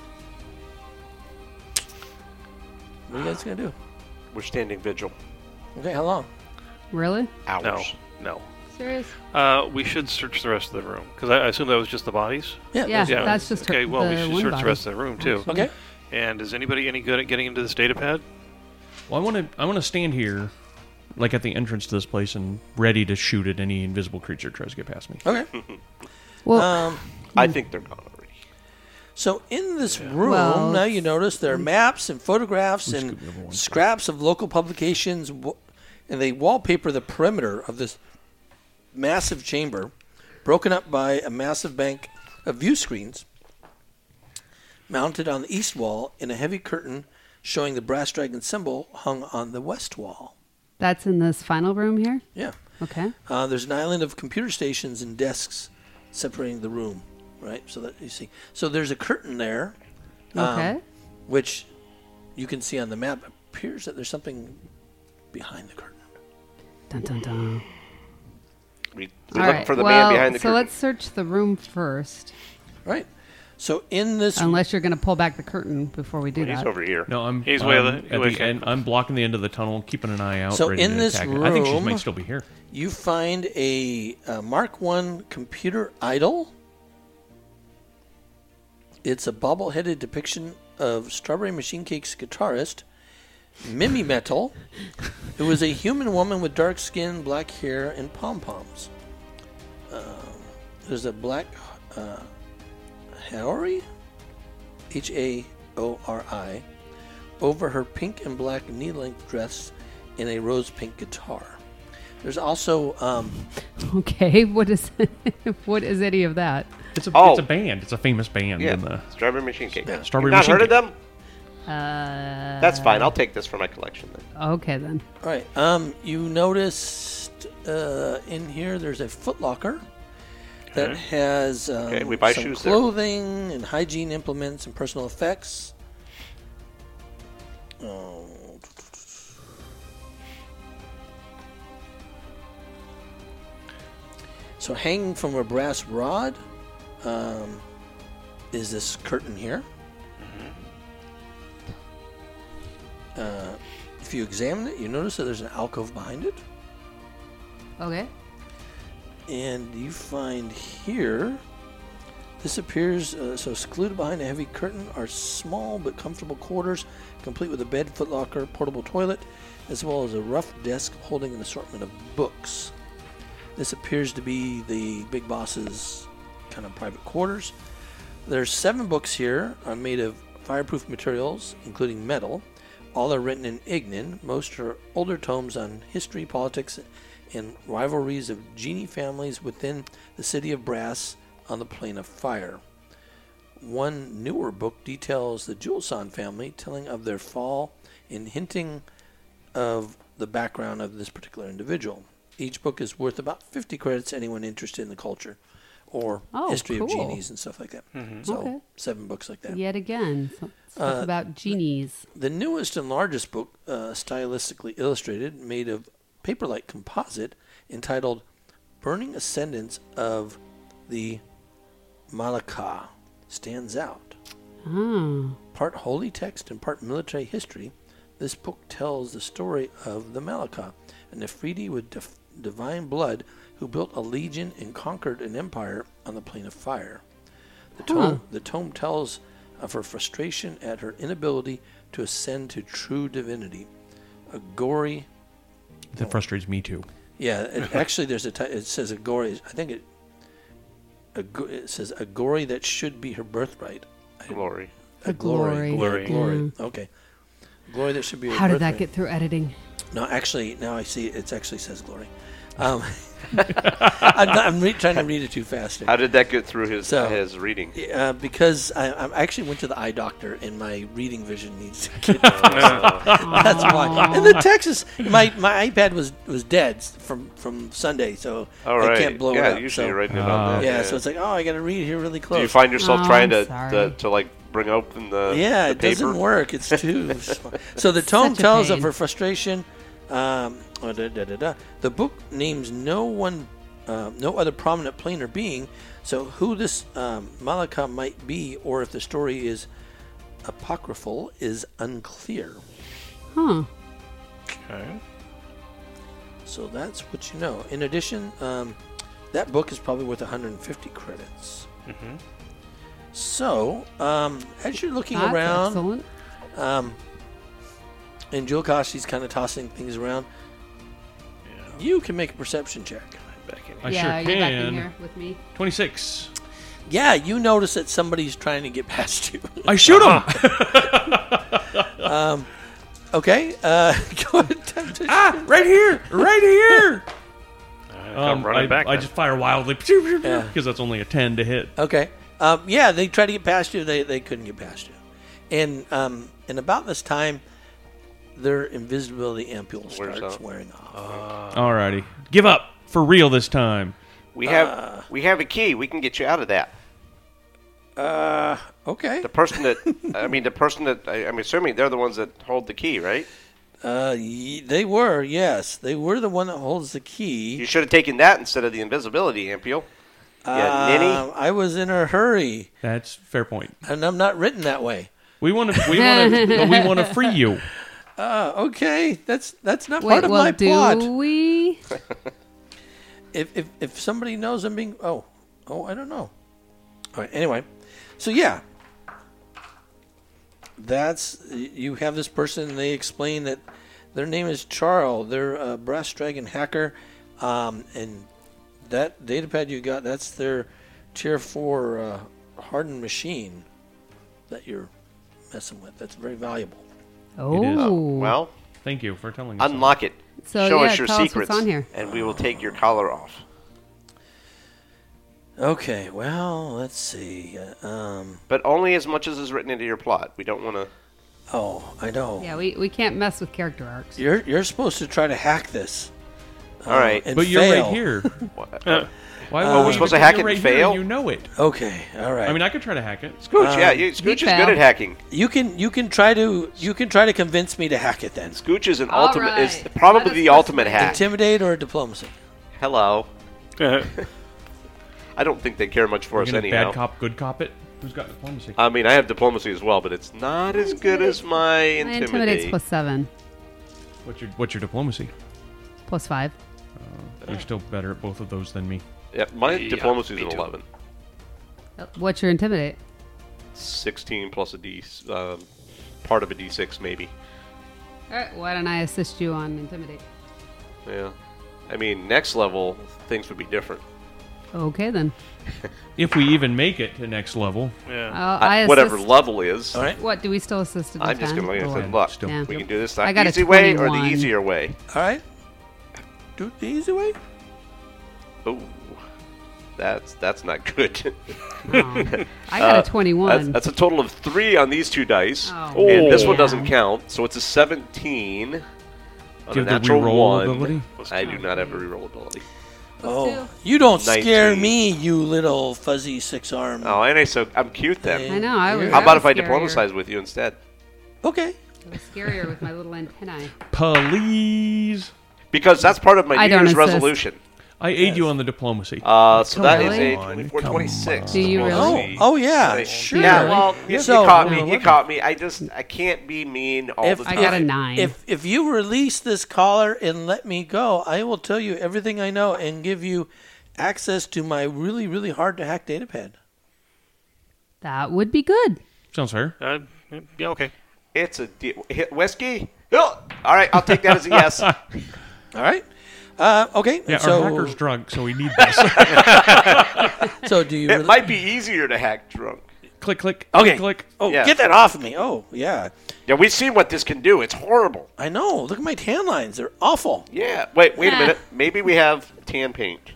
S1: what are you guys gonna do?
S9: We're standing vigil.
S1: Okay, how long?
S8: Really?
S9: Hours.
S3: No. No.
S8: Serious?
S3: Uh, we should search the rest of the room because I, I assume that was just the bodies.
S1: Yeah.
S8: Yeah.
S1: that's-
S8: that's just her-
S3: okay. well, we
S8: the
S3: should
S8: one
S3: search
S8: body,
S3: the rest of the room too.
S8: actually.
S1: Okay.
S3: And is anybody any good at getting into this data pad?
S7: Well, I want to I want to stand here, like at the entrance to this place, and ready to shoot at any invisible creature that tries to get past me.
S1: Okay.
S8: Well,
S1: Um,
S9: I think they're gone already.
S1: so in this room,
S8: Well,
S1: now you notice there are maps and photographs and
S7: scoop number one.
S1: scraps of local publications, wa- and they wallpaper the perimeter of this massive chamber, broken up by a massive bank of view screens mounted on the east wall, and a heavy curtain showing the brass dragon symbol hung on the west wall.
S8: that's in this final room here.
S1: Yeah.
S8: Okay.
S1: Uh, there's an island of computer stations and desks separating the room, right? So that you see. So there's a curtain there, Um,
S8: Okay.
S1: which you can see on the map. Appears that there's something behind the curtain.
S8: dun, dun, dun.
S9: We,
S8: All
S9: we look
S8: right,
S9: for the
S8: well,
S9: man behind the
S8: so
S9: curtain.
S8: let's search the room first,
S1: Right. So in this,
S8: unless you're going to pull back the curtain before we do
S9: He's
S8: that.
S9: over here.
S7: No, I'm
S3: He's
S7: I'm
S3: way the-
S7: at
S3: way
S7: the end. I'm blocking the end of the tunnel, keeping an eye out.
S1: So
S7: ready
S1: in
S7: to
S1: this
S7: attack it. I think she
S1: room-
S7: might still be here.
S1: you find a, uh Mark One computer idol. It's a bobble-headed depiction of Strawberry Machine Cake's guitarist, Mimi Metal, who is a human woman with dark skin, black hair, and pom poms. Um, There's a black uh, Haori, H A O R I, over her pink and black knee length dress and a rose pink guitar. There's also um,
S8: Okay, what is what is any of that?
S7: It's a,
S9: Oh.
S7: it's a band. It's a famous band uh,
S9: Yeah,
S7: in the
S9: strawberry machine cake. You've
S7: Strawberry
S9: not
S7: Machine
S9: heard of them?
S8: Uh,
S9: That's fine. I'll take this for my collection then.
S8: okay then.
S1: all right. Um, you noticed uh, in here there's a Foot Locker that has um,
S9: Mm-hmm. Okay, we buy
S1: some
S9: shoes there.
S1: clothing and hygiene implements and personal effects. Oh. So hanging from a brass rod um, is this curtain here. Uh, if you examine it, you notice that there's an alcove behind it.
S8: Okay.
S1: And you find here, this appears uh, so secluded behind a heavy curtain are small but comfortable quarters, complete with a bed, footlocker, portable toilet, as well as a rough desk holding an assortment of books. This appears to be the big boss's kind of private quarters. There's seven books here, are made of fireproof materials, including metal. All are written in Ignan. Most are older tomes on history, politics, and rivalries of genie families within the city of Brass on the Plain of Fire. One newer book details the Julson family, telling of their fall and hinting of the background of this particular individual. Each book is worth about 50 credits to anyone interested in the culture or
S8: Oh,
S1: history of
S8: cool.
S1: genies and stuff like that. So
S8: Okay.
S1: seven books like that.
S8: Yet again, so
S1: Uh,
S8: stuff about genies.
S1: The newest and largest book, uh, stylistically illustrated, made of paperlike composite, entitled "Burning Ascendance of the Malacca," stands out.
S8: Oh,
S1: Part holy text and part military history, this book tells the story of the Malacca, an Afridi with dif- divine blood who built a legion and conquered an empire on the plain of fire. The tome, the tome tells of her frustration at her inability to ascend to true divinity. A gory,
S7: that frustrates me too.
S1: yeah. It, actually, there's a. T- it says a gory. I think it. A, go- it says a gory that should be her birthright.
S2: Glory.
S1: A glory.
S8: glory,
S1: Glory.
S8: yeah.
S1: Glory. Okay. Glory that should be. a
S8: how did that
S1: birthright.
S8: get through editing?
S1: No, actually, now I see it actually says glory. Um, I'm, not, I'm re- trying to read it too fast.
S9: How did that get through his
S1: So-
S9: his reading?
S1: Uh, because I, I actually went to the eye doctor and my reading vision needs to get That's why. And the Texas, my, my iPad was, was dead from, from Sunday, so
S9: All
S1: I
S9: right.
S1: can't blow
S9: yeah,
S1: it up.
S9: usually
S1: so,
S9: you're writing it on that.
S1: yeah, so it's like, oh, I got to read here really close.
S9: Do you find yourself
S8: Oh,
S9: trying to,
S8: I'm
S9: to
S8: sorry.
S9: to like bring open the
S1: yeah,
S9: the
S1: it doesn't
S9: paper?
S1: work. It's too. small. so the tome
S8: Such a
S1: tells of
S8: pain.
S1: her frustration. Um, oh, da, da, da, da. The book names no one, uh, no other prominent plane or being. So who this um, Malika might be, or if the story is apocryphal, is unclear.
S8: Huh.
S1: So that's what you know. In addition, um, that book is probably worth 150 credits.
S9: Mm-hmm.
S1: So um, as you're looking
S8: That's
S1: around,
S8: excellent.
S1: Um, and Jewel Kashi's kind of tossing things around. You can make a perception check.
S7: I
S8: yeah,
S7: sure
S8: you're back in
S7: can.
S8: here with me.
S7: 26.
S1: Yeah, you notice that somebody's trying to get past you.
S7: I shoot him.
S3: Uh-huh.
S1: okay, uh, go ahead. and attempt to-
S7: Ah, right here, right here. Um,
S3: I'm running
S7: I,
S3: back.
S7: I
S3: then.
S7: just fire wildly because that's only a ten to hit.
S1: Okay, um, yeah, they try to get past you. They, they couldn't get past you. And um, and about this time, their invisibility ampule starts
S9: out. Uh,
S1: wearing off.
S7: Alrighty, give up for real this time.
S9: We have we have a key. We can get you out of that.
S1: okay.
S9: The person that I mean, the person that I, I'm assuming they're the ones that hold the key, right?
S1: Uh, y- they were yes, they were the one that holds the key.
S9: You should have taken that instead of the invisibility ampule. Yeah,
S1: Um, I was in a hurry,
S7: That's fair point.
S1: and I'm not written that way.
S7: We want to, we want to, but we want to free you.
S1: Okay, that's that's not
S8: Wait,
S1: part of
S8: well,
S1: my
S8: do
S1: plot.
S8: we?
S1: If, if if somebody knows I'm being oh oh I don't know. All right. Anyway, so yeah, that's y- you have this person. and They explain that their name is Charl. They're a brass dragon hacker, um, and that data pad you got that's their tier four uh, hardened machine that you're messing with. That's very valuable.
S8: Oh,
S9: Well,
S7: Thank you for telling us.
S9: unlock it.
S8: So
S9: Show
S8: yeah,
S9: us your
S8: tell
S9: secrets,
S8: us what's on here.
S9: and we will take your collar off.
S1: Okay, well, let's see. Uh, um,
S9: But only as much as is written into your plot. We don't want to.
S1: oh, I know.
S8: Yeah, we, we can't mess with character arcs.
S1: You're you're supposed to try to hack this.
S9: All right.
S1: and
S7: But you're
S1: fail.
S7: right here.
S9: Uh,
S7: Why
S1: we're
S7: would we
S9: supposed
S7: even-
S9: to hack
S7: you're
S9: it and
S7: right here
S9: fail?
S7: You know it.
S1: Okay, all right.
S7: I mean, I could try to hack it.
S9: Scooch, yeah,
S8: um,
S9: you, Scooch is
S8: failed.
S9: good at hacking.
S1: you can you can try to you can try to convince me to hack it then.
S9: Scooch is an
S8: All
S9: ultimate. Is
S8: right. Let
S9: probably
S8: us
S9: the ultimate
S8: persuade.
S9: hack.
S1: Intimidate or diplomacy.
S9: Hello.
S3: Uh,
S9: I don't think they care much for
S7: We're
S9: us
S7: gonna
S9: anyhow. Uh,
S7: bad cop, good cop it. Who's got diplomacy?
S9: I mean, I have diplomacy as well, but it's not as good as my
S8: My
S9: intimidate.
S8: intimidates plus seven,
S7: What's your What's your diplomacy?
S8: plus five.
S7: You're still better at both of those than me.
S9: Yeah, my
S2: Yeah,
S9: diplomacy is
S2: me
S9: an
S2: too.
S9: 11.
S8: What's your intimidate?
S9: 16 plus a D, um, part of a D6 maybe.
S8: All right, why don't I assist you on intimidate?
S9: Yeah. I mean, next level, things would be different.
S8: Okay then.
S7: If we even make it to next level,
S8: Uh,
S3: yeah.
S8: I assist,
S9: Whatever level is.
S1: All right.
S8: What do we still assist at this
S9: I'm just
S8: time?
S9: going to
S8: Or
S9: say,
S8: what?
S9: look,
S7: Still.
S8: Yeah.
S9: we can do this
S8: I
S9: the
S8: got a
S9: easy way or the
S8: 21.
S9: easier way.
S1: All right. Do it the easy way.
S9: Ooh, that's that's not good.
S8: Oh. I got
S9: Uh,
S8: a 21.
S9: that's, that's a total of three on these two dice,
S8: Oh,
S9: and this one
S8: man.
S9: doesn't count, so it's a 17 on
S7: Give
S9: a
S7: the
S9: natural
S7: reroll
S9: one.
S7: ability?
S9: I do not have a reroll ability.
S1: Oh, you don't scare
S9: 19.
S1: me, you little fuzzy six arm.
S9: Oh, and I so I'm cute then.
S1: Hey.
S8: I know. I was.
S9: How
S8: that
S9: about if
S8: was
S9: I
S8: scarier.
S9: diplomatize with you instead?
S1: Okay.
S8: It was scarier with my little antennae.
S7: please,
S9: Because that's part of my
S8: I
S9: New
S8: don't
S9: Year's
S8: insist.
S9: resolution.
S7: I aid you on the diplomacy.
S9: Uh, so that is
S8: Really?
S9: a 24,
S7: Come
S9: 26.
S7: on.
S8: Do you
S1: Oh,
S8: really?
S9: diplomacy.
S1: oh yeah,
S9: Nice.
S1: sure.
S9: Yeah, well, you,
S1: So-
S9: you caught me.
S7: Well,
S9: You
S7: look.
S9: caught me. I just I can't be mean all
S1: If-
S9: the
S8: I
S9: time.
S8: got a nine.
S1: If if you release this collar and let me go, I will tell you everything I know and give you access to my really really hard to hack datapad.
S8: that would be good.
S7: Sounds fair.
S3: Uh, yeah, okay.
S9: It's a de- hit whiskey. Oh, all right, I'll take that as a yes.
S1: All right. Uh, okay.
S7: Yeah,
S1: so
S7: our hacker's drunk, so we need this.
S1: so do you?
S9: it
S1: Rele-
S9: might be easier to hack drunk.
S7: click, click,
S1: okay.
S7: click.
S1: Oh,
S9: Yeah.
S1: get that off of me. Oh yeah.
S9: Yeah, we've seen what this can do. It's horrible.
S1: I know. Look at my tan lines. They're awful.
S9: Yeah. Wait, wait a minute. Maybe we have tan paint.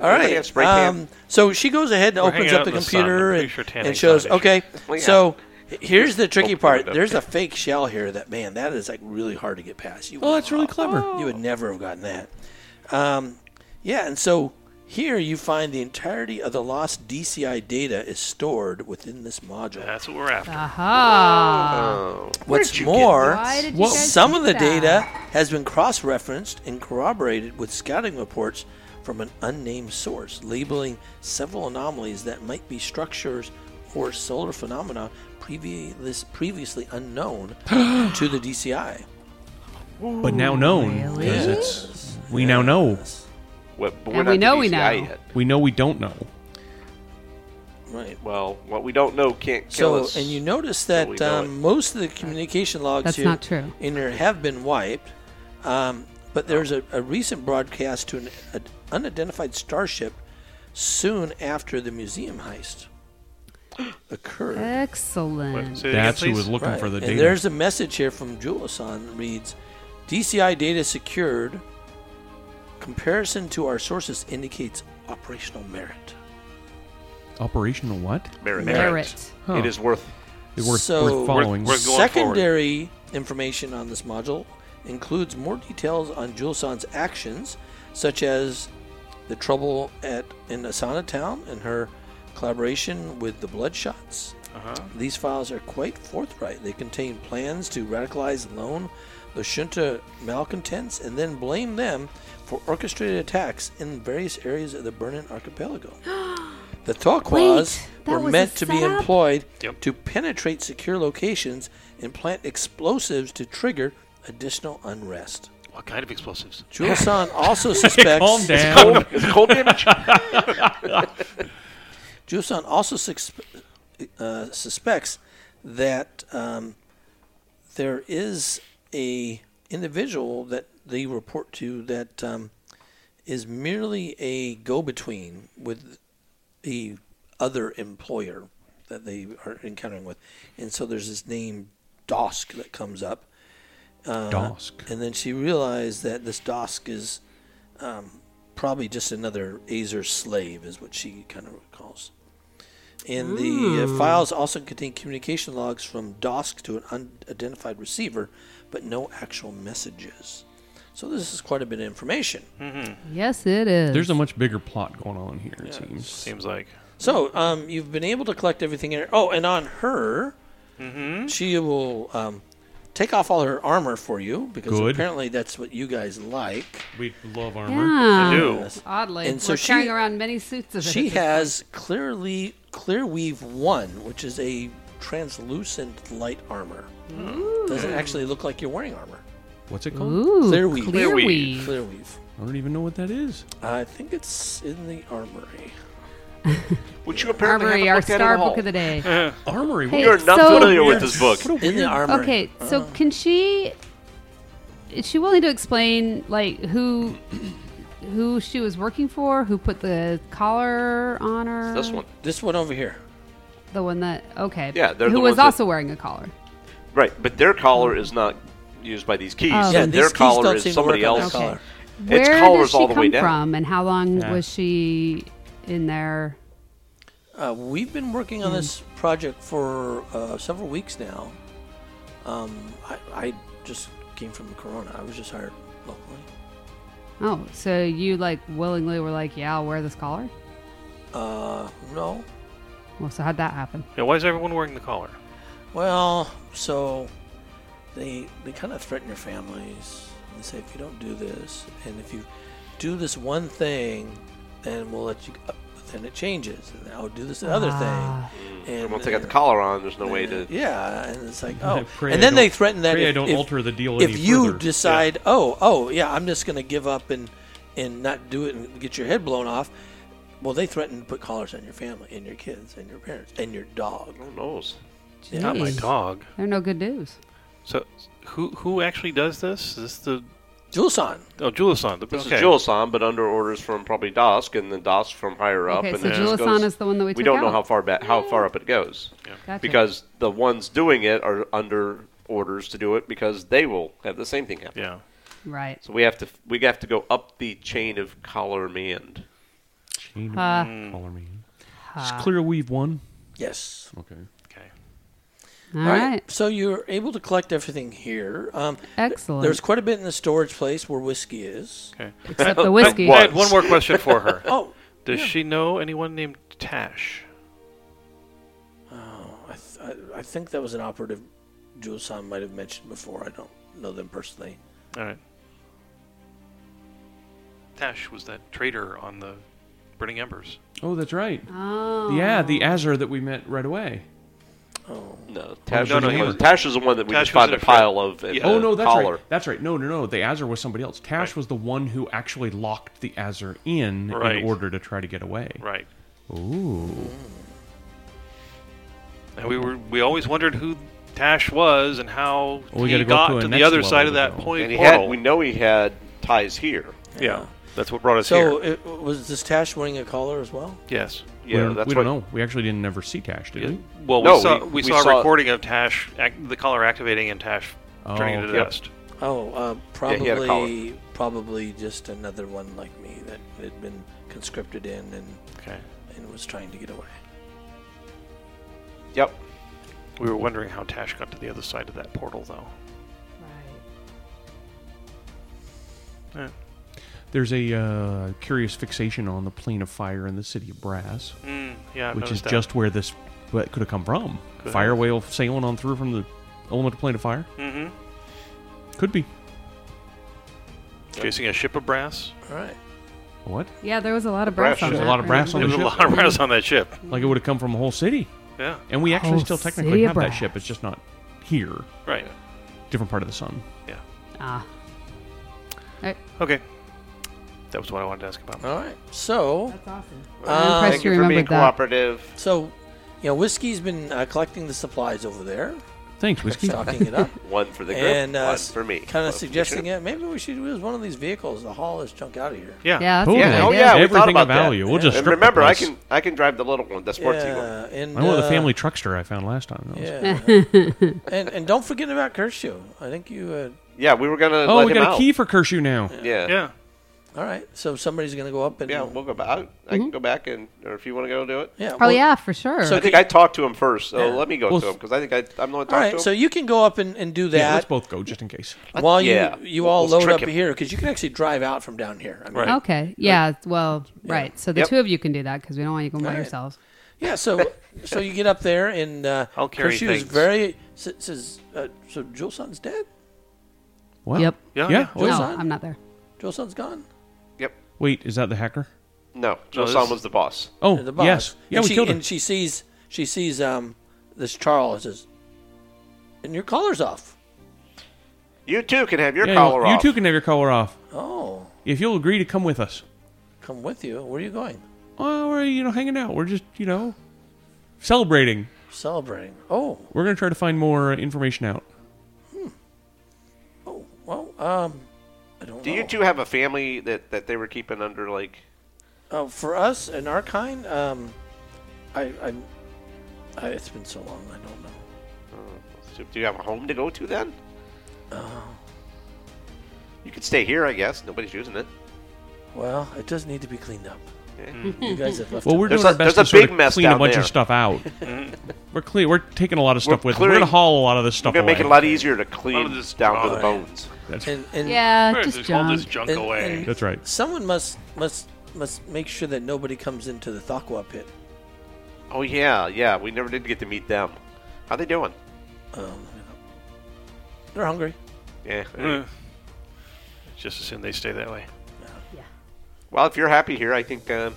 S1: All
S9: Everybody
S1: right.
S9: have spray tan?
S1: Um, so she goes ahead and
S3: We're
S1: opens
S3: hanging
S1: up
S3: out
S1: the
S3: in the sun. I'm
S1: computer
S3: pretty
S1: and,
S3: sure
S1: and
S3: tanning's
S1: shows.
S3: not an
S1: Okay.
S9: Well, yeah.
S1: So h- here's the tricky
S9: Open
S1: part.
S9: it up.
S1: There's a fake shell here that man that is like really hard to get past. You
S7: Oh,
S1: would
S7: that's really
S1: not-
S7: clever.
S1: You would never have gotten that. Um, yeah. And so here you find the entirety of the lost DCI data is stored within this module.
S3: That's what we're after.
S8: Ah, Aha!
S1: Uh, What's
S9: Oh. Where'd you get
S1: more,
S8: Why did you
S7: Well,
S8: guys
S1: some
S8: do
S1: of the
S8: that?
S1: data has been cross referenced and corroborated with scouting reports from an unnamed source, labeling several anomalies that might be structures or solar phenomena previous, previously unknown to the DCI.
S7: But now known because
S1: Yes.
S7: it's we now know.
S9: What, but
S8: And we know we
S9: DCI
S8: know.
S9: Yet.
S7: We know we don't know.
S1: Right.
S9: Well, what we don't know can't kill
S1: So,
S9: us.
S1: and you notice
S9: we
S1: that
S9: know it.
S1: um, most of the communication logs
S8: That's
S1: here
S8: not true.
S1: in here have been wiped, um, but there's a, a recent broadcast to an, an unidentified starship soon after the museum heist occurred.
S8: Eh. Excellent.
S3: Say it again,
S7: That's who
S3: please.
S7: was looking
S1: Right.
S7: for the
S1: and
S7: data.
S1: there's a message here from Julasan reads DCI data secured. Comparison to our sources indicates operational merit.
S7: Operational what?
S9: Merit.
S8: Merit.
S7: Huh.
S9: It is worth.
S7: It's worth,
S1: So-
S7: worth following.
S3: We're- we're- going
S1: Secondary information on this module includes more details on Julsan's actions, such as the trouble at in Asana Town and her collaboration with the Bloodshots. These files are quite forthright. They contain plans to radicalize lone Lashunta malcontents and then blame them for orchestrated attacks in various areas of the Bernan Archipelago. The Torquas
S8: Wait, that
S1: were
S8: was a
S1: meant to be
S8: setup?
S1: employed
S3: Yep.
S1: to penetrate secure locations and plant explosives to trigger additional unrest.
S3: What kind of explosives?
S1: Julesan also suspects
S7: Calm down.
S9: Cold, is it cold damage?
S1: Jusan also sus- uh, suspects that um, there is a individual that they report to that um, is merely a go-between with the other employer that they are encountering with, and so there's this name Dosk that comes up, Uh,
S7: Dosk.
S1: And then she realized that this Dosk is um, probably just another Azer slave, is what she kind of recalls. And the uh, files also contain communication logs from Dosk to an unidentified receiver, but no actual messages. So this is quite a bit of information.
S8: Yes, it is.
S7: There's a much bigger plot going on here, it seems.
S3: Seems like.
S1: So um, you've been able to collect everything. In her. Oh, and on her, she will um, take off all her armor for you because
S7: Good.
S1: apparently that's what you guys like.
S7: We love armor.
S8: yeah.
S3: Do.
S8: Oddly,
S1: And so
S8: we're
S1: she-
S8: carrying around many suits of it.
S1: She
S8: at this
S1: has clearly clear weave one, which is a translucent light armor. Doesn't actually look like you're wearing armor.
S7: What's it
S8: point.
S7: called?
S8: Ooh,
S1: Clear weave.
S8: Clear
S1: Clear
S8: weave.
S1: Clear weave.
S7: I don't even know what that is.
S1: I think it's in the armory.
S9: Which you apparently
S8: Armory,
S9: haven't
S8: our
S9: looked at
S8: star
S9: at all.
S8: book of the day.
S7: Armory.
S8: Hey,
S7: What
S9: You're not
S8: so-
S9: familiar
S7: a
S9: with
S7: weird-
S9: this book.
S7: What a
S1: In the
S7: weird-
S1: armory.
S8: Okay, so
S9: Uh.
S8: can she? Is she willing to explain like who, who she was working for? Who put the collar on her?
S9: This one.
S1: This one over here.
S8: The one that okay.
S9: Yeah, they're
S8: who
S9: the
S8: was
S9: ones that-
S8: also wearing a collar.
S9: Right, but their collar is not used by these keys.
S8: Oh.
S1: Yeah, these
S9: their
S1: keys
S9: collar
S1: don't
S9: is
S1: seem to
S9: somebody
S1: work on
S9: else.
S1: their collar.
S9: It's
S8: Where
S9: collars
S8: does she
S9: all the
S8: come
S9: way down.
S8: from, and how long
S7: Yeah.
S8: was she in there?
S1: Uh, we've been working on this project for uh, several weeks now. Um, I, I just came from Corona. I was just hired locally.
S8: Oh, so you like willingly were like, yeah, I'll wear this collar.
S1: Uh, no.
S8: Well, so how'd that happen?
S3: Yeah, why is everyone wearing the collar?
S1: Well, so they they kind of threaten your families. They say if you don't do this, and if you do this one thing, then we'll let you. Uh, but then it changes, and I'll do this other
S8: Ah.
S1: thing. And
S9: Mm. Once they got the collar on, there's no way to.
S1: Yeah, and it's like oh,
S7: Pray
S1: and
S7: I
S1: then they
S7: don't-
S1: threaten that
S7: pray I
S1: if,
S7: don't
S1: if-
S7: alter the deal
S1: if
S7: any
S1: you
S7: further.
S1: decide, oh, oh, yeah, I'm just going to give up and and not do it and get your head blown off. Well, they threaten to put collars on your family and your kids and your parents and your dog.
S9: Who knows?
S1: Yeah.
S3: Not my
S8: Jeez.
S3: dog.
S8: They're no good news.
S3: So, who who actually does this? Is this the
S1: Juleson.
S3: oh Julisan? The,
S9: This
S3: okay.
S9: is Julesan, but under orders from probably Dosk, and then Dosk from higher up.
S8: okay,
S9: and
S8: so
S9: then it just
S8: Julisan
S9: goes-
S8: is the one that we,
S9: We
S8: took
S9: don't know
S8: out.
S9: how far back, how far up it goes,
S8: Gotcha.
S9: because the ones doing it are under orders to do it because they will have the same thing happen.
S3: Yeah.
S8: right.
S9: So we have to we have to go up the chain of collar man.
S7: Chain
S8: Uh,
S7: collar man. It's
S8: Ha.
S7: clear weave one.
S1: Yes.
S7: Okay.
S3: Okay.
S8: All right.
S1: So you're able to collect everything here. Um, th-
S8: Excellent.
S1: There's quite a bit in the storage place where whiskey is.
S3: Okay.
S8: Except the whiskey.
S3: I had one more question for her.
S1: Oh,
S3: Does she know anyone named Tash?
S1: Oh, I, th- I, I think that was an operative Juleson might have mentioned before. I don't know them personally.
S3: All right. Tash was that traitor on the Burning Embers.
S7: Oh, that's right.
S8: Oh.
S7: Yeah, the Azure that we met right away.
S9: No, Tash,
S3: no,
S9: is,
S3: no,
S9: the
S3: he
S9: one-
S3: was-
S9: Tash is the one that we
S3: Tash
S9: just
S3: was
S9: found
S3: in
S9: a
S3: a fr-
S9: pile of. in
S3: Yeah.
S9: the
S7: Oh no, that's
S9: collar.
S7: right. That's right. No, no, no. The Azure was somebody else. Tash
S3: Right.
S7: was the one who actually locked the Azure in
S3: Right.
S7: in order to try to get away.
S3: Right.
S7: Ooh.
S3: And we were we always wondered who Tash was and how
S7: Well, we
S3: he
S7: gotta go
S3: got
S7: to a
S3: to the
S7: next
S3: other
S7: level
S3: side of
S7: to
S3: that
S7: go.
S3: point
S9: And he
S3: portal.
S9: had. We know he had ties here.
S3: yeah. That's what brought us
S1: So
S3: here.
S1: it, was this Tash wearing a collar as well?
S3: Yes.
S9: Yeah,
S7: we
S9: that's
S7: we don't
S9: what-
S7: know. We actually didn't never see Tash, did we?
S3: Well,
S9: No,
S3: we saw
S9: we-
S3: we,
S9: we
S3: saw,
S9: saw-
S3: a recording of Tash, act, the collar activating and Tash turning
S7: Oh.
S3: into
S9: Yep.
S3: dust.
S1: Oh, uh,
S9: Yeah, he had a
S1: probably, probably just another one like me that had been conscripted in and,
S3: Okay.
S1: and was trying to get away.
S9: Yep.
S3: We were wondering how Tash got to the other side of that portal, though.
S8: Right.
S3: Eh,
S7: There's a uh, curious fixation on the plane of fire in the city of Brass,
S3: Mm, yeah, I've
S7: which is
S3: noticed that.
S7: just where this where it could have come from.
S3: Could
S7: fire
S3: have.
S7: whale sailing on through from the elemental plane of fire.
S3: Mhm.
S7: Could be.
S3: chasing a ship of brass.
S1: All right.
S7: What?
S8: Yeah, there was a lot of
S9: Brass
S8: brass on
S9: was
S8: that.
S9: a
S7: lot of
S8: right?
S7: brass on
S3: There was a
S7: ship.
S3: lot of brass on that ship.
S7: Like it would have come from a whole city.
S3: Yeah,
S7: And we actually
S8: Whole
S7: still
S8: city
S7: technically
S8: of
S7: have that
S8: brass.
S7: ship. It's just not here.
S3: right.
S7: Different part of the sun.
S3: Yeah.
S8: Ah.
S3: Okay. That was what I wanted to ask about.
S1: All right. So,
S8: That's awesome.
S1: Um,
S8: I'm impressed
S9: Thank
S8: you
S9: you for being
S8: remembered that.
S9: cooperative.
S1: so, you know, Whiskey's been uh, collecting the supplies over there,
S7: Thanks, whiskey.
S1: stocking it up,
S9: One for the group,
S1: and uh,
S9: one for me.
S1: kind
S9: One
S1: of
S9: for
S1: suggesting
S9: you.
S1: it. Maybe we should use one of these vehicles to haul this junk out of here.
S3: Yeah.
S8: Yeah, that's
S7: Totally.
S8: a good
S9: Yeah, oh
S8: idea.
S9: yeah, we
S7: Everything
S9: thought about
S7: of value.
S9: that.
S7: We'll just
S9: And
S7: strip the
S9: remember, I
S7: place.
S9: can I can drive the little one, the sportsy one.
S1: Yeah, and
S7: I want
S1: uh,
S7: the family truckster I found last time. That was-
S1: Yeah, and and don't forget about Kershaw. I think you uh,
S9: Yeah, we were gonna.
S7: Oh,
S9: let
S7: we
S9: him
S7: got a
S9: out.
S7: key for Kershu now.
S9: Yeah. yeah.
S3: Yeah.
S1: All right. So somebody's going to go up and
S9: we'll go back. I, I
S7: Mm-hmm.
S9: can go back and, or if you want to go do it.
S1: yeah.
S8: Oh
S1: well,
S8: yeah, for sure.
S9: I think I talked to him first, so
S1: Yeah.
S9: let me go
S7: Well,
S9: to him because I think I, I'm the
S1: All
S9: one talking
S1: right.
S9: to him.
S1: So you can go up and, and do
S7: Yeah, let's
S1: that
S7: both go just in case.
S1: while you
S9: yeah.
S1: you all
S9: Let's
S1: load
S9: trick
S1: up
S9: him.
S1: here because you can actually drive out from down here. I mean,
S3: Right.
S8: okay. Yeah. Well, right. So the
S9: Yep.
S8: two of you can do that because we don't want you going by
S1: Right.
S8: yourselves.
S1: Yeah, so so you get up there and uh,
S3: I'll carry
S1: Kershu is
S3: things.
S1: very s- says. Uh, so Joel's son's dead.
S7: What?
S8: Yep.
S7: Yeah.
S3: Yeah,
S7: yeah.
S3: yeah.
S1: Joel's
S8: no,
S1: son?
S8: I'm not there.
S1: Joel's son's gone.
S7: Wait, is that the hacker?
S9: no, Joe
S3: this-
S9: Son was the boss.
S7: Oh,
S1: The boss.
S7: yes. Yeah,
S1: and
S7: we
S1: she,
S7: killed him.
S1: And she sees she sees um this Charles says, and your collar's off.
S9: You too can have your
S7: Yeah,
S9: collar
S7: you
S9: off.
S7: two can have your collar off
S1: Oh,
S7: if you'll agree to come with us.
S1: come with you. Where are you going?
S7: Oh, we're you know hanging out. We're just you know celebrating.
S1: Celebrating. Oh,
S7: We're gonna try to find more uh, information out.
S1: oh, well, um, I don't
S9: Do
S1: know.
S9: you two have a family that, that they were keeping under like?
S1: Uh, for us in our kind, um, I, I, I, it's been so long. I don't know.
S9: Do you have a home to go to then?
S7: Oh.
S9: You could stay here, I guess. Nobody's using it.
S1: Well, it does need to be cleaned up. You guys have left.
S7: Well,
S1: it-
S7: we're
S9: There's
S7: doing
S9: a-
S7: our best
S9: there's
S7: to
S9: a
S7: sort
S9: big
S7: of
S9: mess
S7: clean a
S9: down
S7: bunch
S9: there.
S7: of stuff out. we're clean. We're taking a lot of stuff with. us. We're
S9: clearing-
S7: gonna haul a lot of this stuff
S9: We're gonna
S7: away.
S9: make it a lot easier to clean
S3: Lot of this
S9: down to
S3: dry.
S9: the bones.
S1: and, and,
S8: Yeah,
S3: Where is
S8: just
S3: this- all
S8: John.
S3: this junk
S1: and-
S3: away.
S1: and-
S7: That's right.
S1: Someone must must must make sure that nobody comes into the Thakwa pit.
S9: Oh yeah, yeah. We never did get to meet them. How they doing?
S1: Um, they're hungry.
S9: Yeah.
S3: Eh. Just assume they stay that way.
S9: Well, if you're happy here, I think. Um,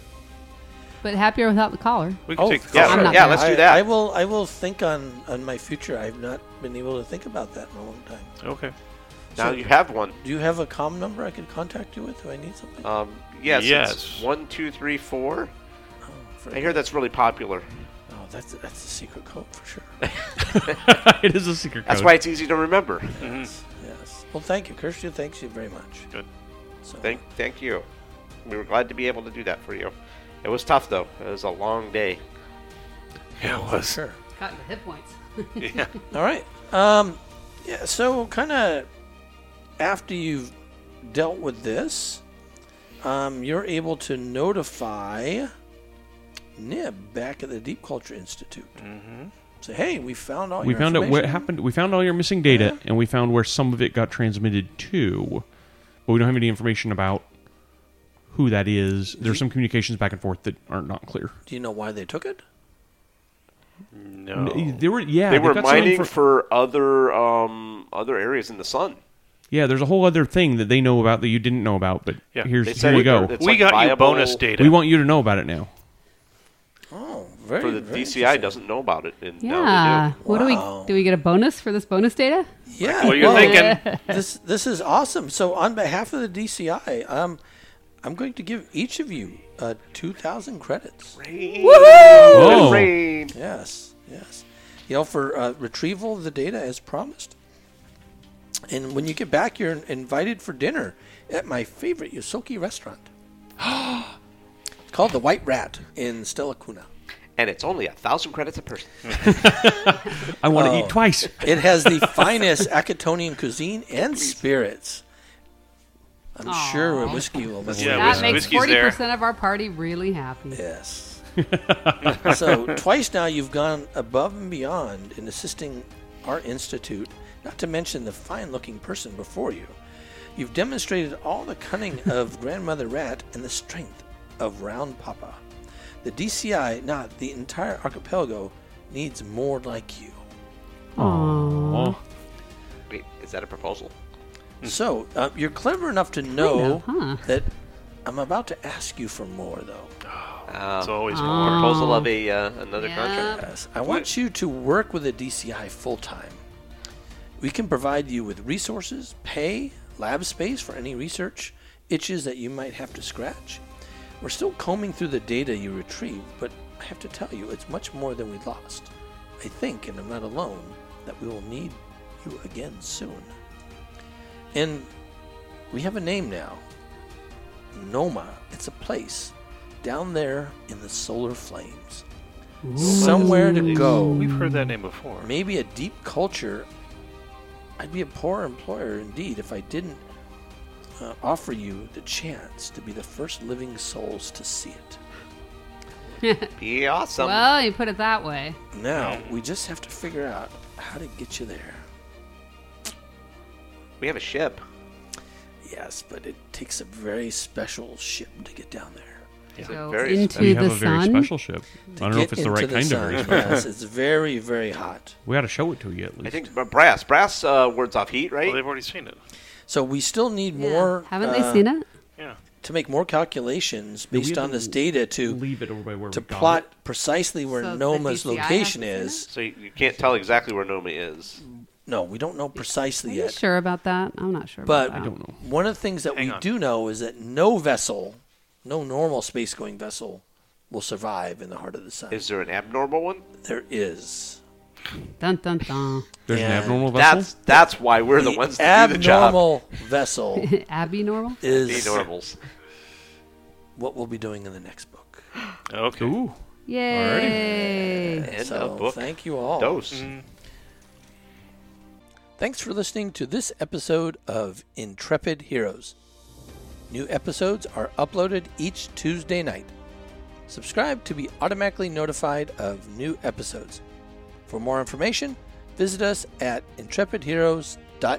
S8: But happier without the collar.
S3: We
S1: Oh,
S3: can take the
S9: yeah,
S3: car.
S8: Oh, I'm not
S9: yeah.
S8: there.
S9: Let's
S1: I,
S9: do that.
S1: I will. I will think on on my future. I've not been able to think about that in a long time.
S3: Okay.
S9: now you have one.
S1: Do you have a com number I could contact you with? Do I need something?
S9: Um, yes. It's
S3: Yes.
S9: one, two, three, four.
S1: for-
S9: I hear that's really popular.
S1: Oh, that's that's a secret code for sure.
S7: it is a secret.
S9: That's
S7: code.
S9: why it's easy to remember.
S1: yes. yes. Well, thank you, Kirsten. Thanks you very much.
S3: Good.
S1: So,
S9: Thank, thank you. We were glad to be able to do that for you. It was tough though. It was a long day.
S3: Yeah, it was.
S1: Sure.
S8: Got the hit points.
S1: All right. Um, yeah. So, kind of after you've dealt with this, um, you're able to notify Nib back at the Deep Culture Institute. Mm-hmm. Say, hey, we found all
S7: we
S1: your
S7: found out what
S1: information."
S7: happened. We found all your missing data, and we found where some of it got transmitted to, but we don't have any information about who that is. There's some communications back and forth that are not clear.
S1: Do you know why they took it?
S3: No.
S7: N- There were yeah,
S9: they
S7: they've
S9: were
S7: got some
S9: mining
S7: infor-
S9: for other um, other areas in the sun.
S7: yeah. There's a whole other thing that they know about that you didn't know about. But
S3: Yeah,
S7: here's
S9: They
S7: here you
S9: it-
S7: go.
S9: it's
S3: we
S9: like
S3: got you
S9: viable
S3: bonus data.
S7: We want you to know about it now.
S1: Oh, very.
S9: for the
S1: very
S9: DCI
S1: interesting.
S9: doesn't know about it. And now
S8: Yeah.
S9: they do.
S8: What do
S1: Wow.
S8: we do? We get a bonus for this bonus data?
S1: Yeah.
S3: What are you
S1: well,
S3: thinking?
S1: this this is awesome. So, on behalf of the DCI, um, I'm going to give each of you uh, two thousand credits.
S7: Oh,
S1: Yes, yes. You know, for uh, retrieval of the data as promised. And when you get back, you're invited for dinner at my favorite Yosoki restaurant. it's called the White Rat in Stella Kuna.
S9: And it's only a thousand credits a person.
S7: I want
S1: Oh.
S7: to eat twice.
S1: It has the finest Akatonian cuisine and spirits. I'm sure a whiskey will make
S3: Yeah,
S1: it.
S8: that
S3: whis-
S8: makes
S3: whiskey's
S8: forty
S3: there.
S8: percent of our party really happy.
S1: Yes. so twice now you've gone above and beyond in assisting our institute, not to mention the fine-looking person before you. You've demonstrated all the cunning of Grandmother Rat and the strength of Round Papa. The DCI, not the entire archipelago, needs more like you.
S7: Oh,
S9: Wait, is that a proposal?
S1: So uh, you're clever enough to know,
S8: huh?
S1: that I'm about to ask you for more, though.
S9: Uh,
S3: It's always
S9: proposal of a uh, another
S8: Yeah.
S9: contract.
S1: Yes, I want you to work with the DCI full time. We can provide you with resources, pay, lab space for any research itches that you might have to scratch. We're still combing through the data you retrieved, but I have to tell you, it's much more than we lost. I think, and I'm not alone, that we will need you again soon. And we have a name now Noma. It's a place down there in the solar flames. Somewhere to go Oh.
S3: We've heard that name before.
S1: maybe a deep culture I'd be a poor employer indeed if I didn't uh, offer you the chance to be the first living souls to see it.
S9: Be awesome.
S8: Well, you put it that way.
S1: Now,
S7: Mm.
S1: we just have to figure out how to get you there.
S9: we have a ship.
S1: Yes, but it takes a very special ship to get down there.
S8: So
S9: very
S8: into
S7: We have
S8: the
S7: a very
S8: sun.
S7: special ship. I
S1: To
S7: don't know
S1: get
S7: if it's the
S1: into
S7: right kind of
S1: sun.
S7: very special.
S1: Yes, it's very, very hot.
S7: We ought to show it to you at least.
S9: I think but brass. Brass uh, words off heat,
S3: Well,
S9: right?
S3: they've already seen it.
S1: So we still need
S8: Yeah.
S1: more.
S8: Haven't
S1: uh,
S8: they seen it?
S3: Yeah.
S1: To make more calculations
S7: we
S1: based
S7: have
S1: on
S7: to
S1: this data to
S7: leave it over by where
S1: to
S7: we got
S1: plot
S7: it.
S1: precisely where
S8: So the
S1: Noma's
S8: DCI
S1: location
S8: hasn't
S1: is.
S9: So you, you can't tell exactly where Noma is.
S1: No, we don't know precisely
S8: Are you
S1: yet.
S8: sure about that? I'm not sure.
S1: But
S8: about that.
S7: I don't know.
S1: one of the things that
S3: Hang
S1: we
S3: on.
S1: do know is that no vessel, no normal space going vessel, will survive in the heart of the sun.
S9: Is there an abnormal one?
S1: there is.
S8: Dun dun dun.
S7: There's an
S1: Yeah.
S7: abnormal vessel.
S9: That's that's why we're the, ones that do the job.
S1: abnormal vessel
S8: Abby normal.
S1: is
S9: Abnormals.
S1: what we'll be doing in the next book.
S3: Okay.
S7: Ooh.
S8: Yay!
S9: End
S1: so
S9: of book.
S1: thank you all.
S9: Dose.
S1: Thanks for listening to this episode of Intrepid Heroes. New episodes are uploaded each Tuesday night. Subscribe to be automatically notified of new episodes. For more information, visit us at intrepidheroes.net.